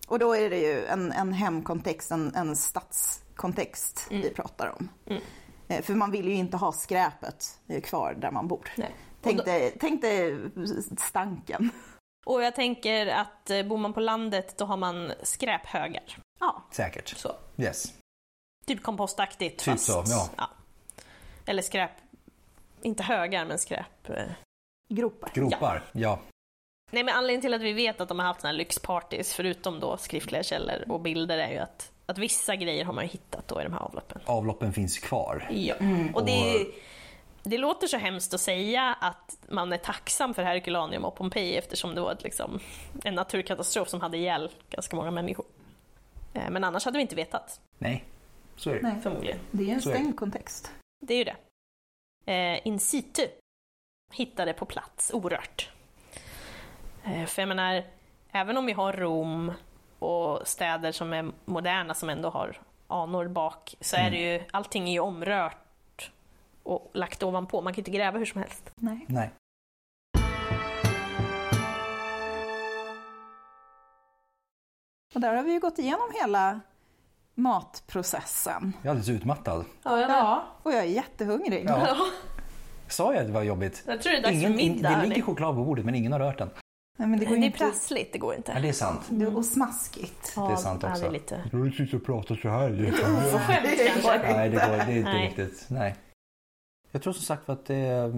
Och då är det ju en, en hemkontext, en, en stadskontext
Mm.
vi pratar om. Eh, För man vill ju inte ha skräpet eh, kvar där man bor.
Nej.
Tänk dig, tänk dig stanken.
Och jag tänker att eh, bor man på landet då har man skräphögar.
Ja,
Säkert.
Så.
Yes.
Typ kompostaktigt.
Typ
fast-
så, ja.
Eller skräp. Inte högar, men skräp. eh.
gropar.
Gropar. Ja.
Nej, men anledningen till att vi vet att de har haft såna här lyxpartys, förutom då skriftliga källor och bilder, är ju att, att vissa grejer har man ju hittat då i de här avloppen.
Avloppen finns kvar.
Ja.
Mm.
Och det, det låter så hemskt att säga att man är tacksam för Herculaneum och Pompeji eftersom det var ett, liksom, en naturkatastrof som hade ihjäl ganska många människor. Eh, Men annars hade vi inte vetat,
Nej, så är det.
Nej,
förmodligen.
det är en
Så är det.
stängd kontext.
Det är ju det. Eh, in situ hittade på plats, orört. Eh, för jag menar, även om vi har Rom och städer som är moderna som ändå har anor bak, så är det ju, allting är ju omrört och lagt ovanpå. Man kan ju inte gräva hur som helst.
Nej.
Nej.
Och där har vi ju gått igenom hela matprocessen.
Jag är alldeles utmattad.
Ja,
Och jag är jättehungrig.
Ja. Sa jag att det var jobbigt?
Jag tror det är dags för
Ingen, in,
middag.
det
hörni.
ligger choklad på bordet men ingen har rört den.
Nej, men det går
det
ju
är Mm.
inte...
prassligt, det går inte.
Ja, det är sant.
Det är och smaskigt.
Ja,
sant
ja,
också.
Det är lite
Du sitter och pratar så här.
oförskämt kanske.
Nej, det, går, det är inte
Nej.
riktigt. Nej. Jag tror som sagt att det,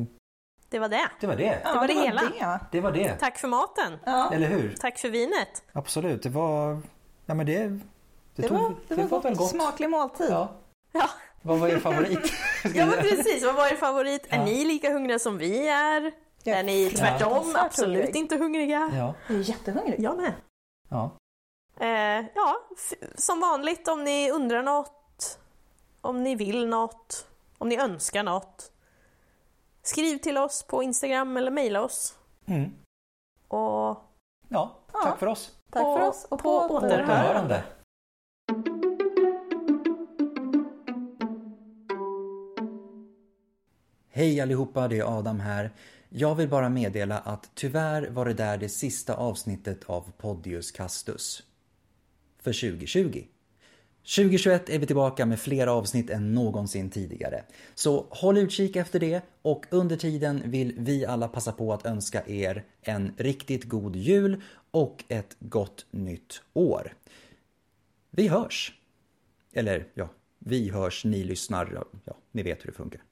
Det var det.
det var det.
det var det hela.
Det.
Det var det.
Tack för maten.
Ja.
Eller hur?
Tack för vinet.
Absolut, det var... Ja men det... Det,
Det,
tog,
var, det, var
väl gott.
Smaklig måltid.
Ja.
Ja.
Vad var er favorit?
Ja men precis, vad var er favorit?
Ja.
Är ni lika hungriga som vi är?
Ja,
Är ni tvärtom
fruktansvärt
absolut
hungrig.
inte hungriga?
ja.
Jag är jättehungrig.
Jag med.
ja.
Eh, ja, f- som vanligt om ni undrar något, om ni vill något, om ni önskar något. Skriv till oss på Instagram eller mejla oss.
Mm.
Och
Ja,
Ja.
tack för oss.
Tack
På-
för oss och på,
på återhörande.
återhörande.
Återhörande. Hej allihopa, det är Adam här. Jag vill bara meddela att tyvärr var det där det sista avsnittet av Podius Castus. För 2020. 2021 är vi tillbaka med fler avsnitt än någonsin tidigare. Så håll utkik efter det och under tiden vill vi alla passa på att önska er en riktigt god jul och ett gott nytt år. Vi hörs! Eller ja, vi hörs, ni lyssnar, ja, ni vet hur det funkar.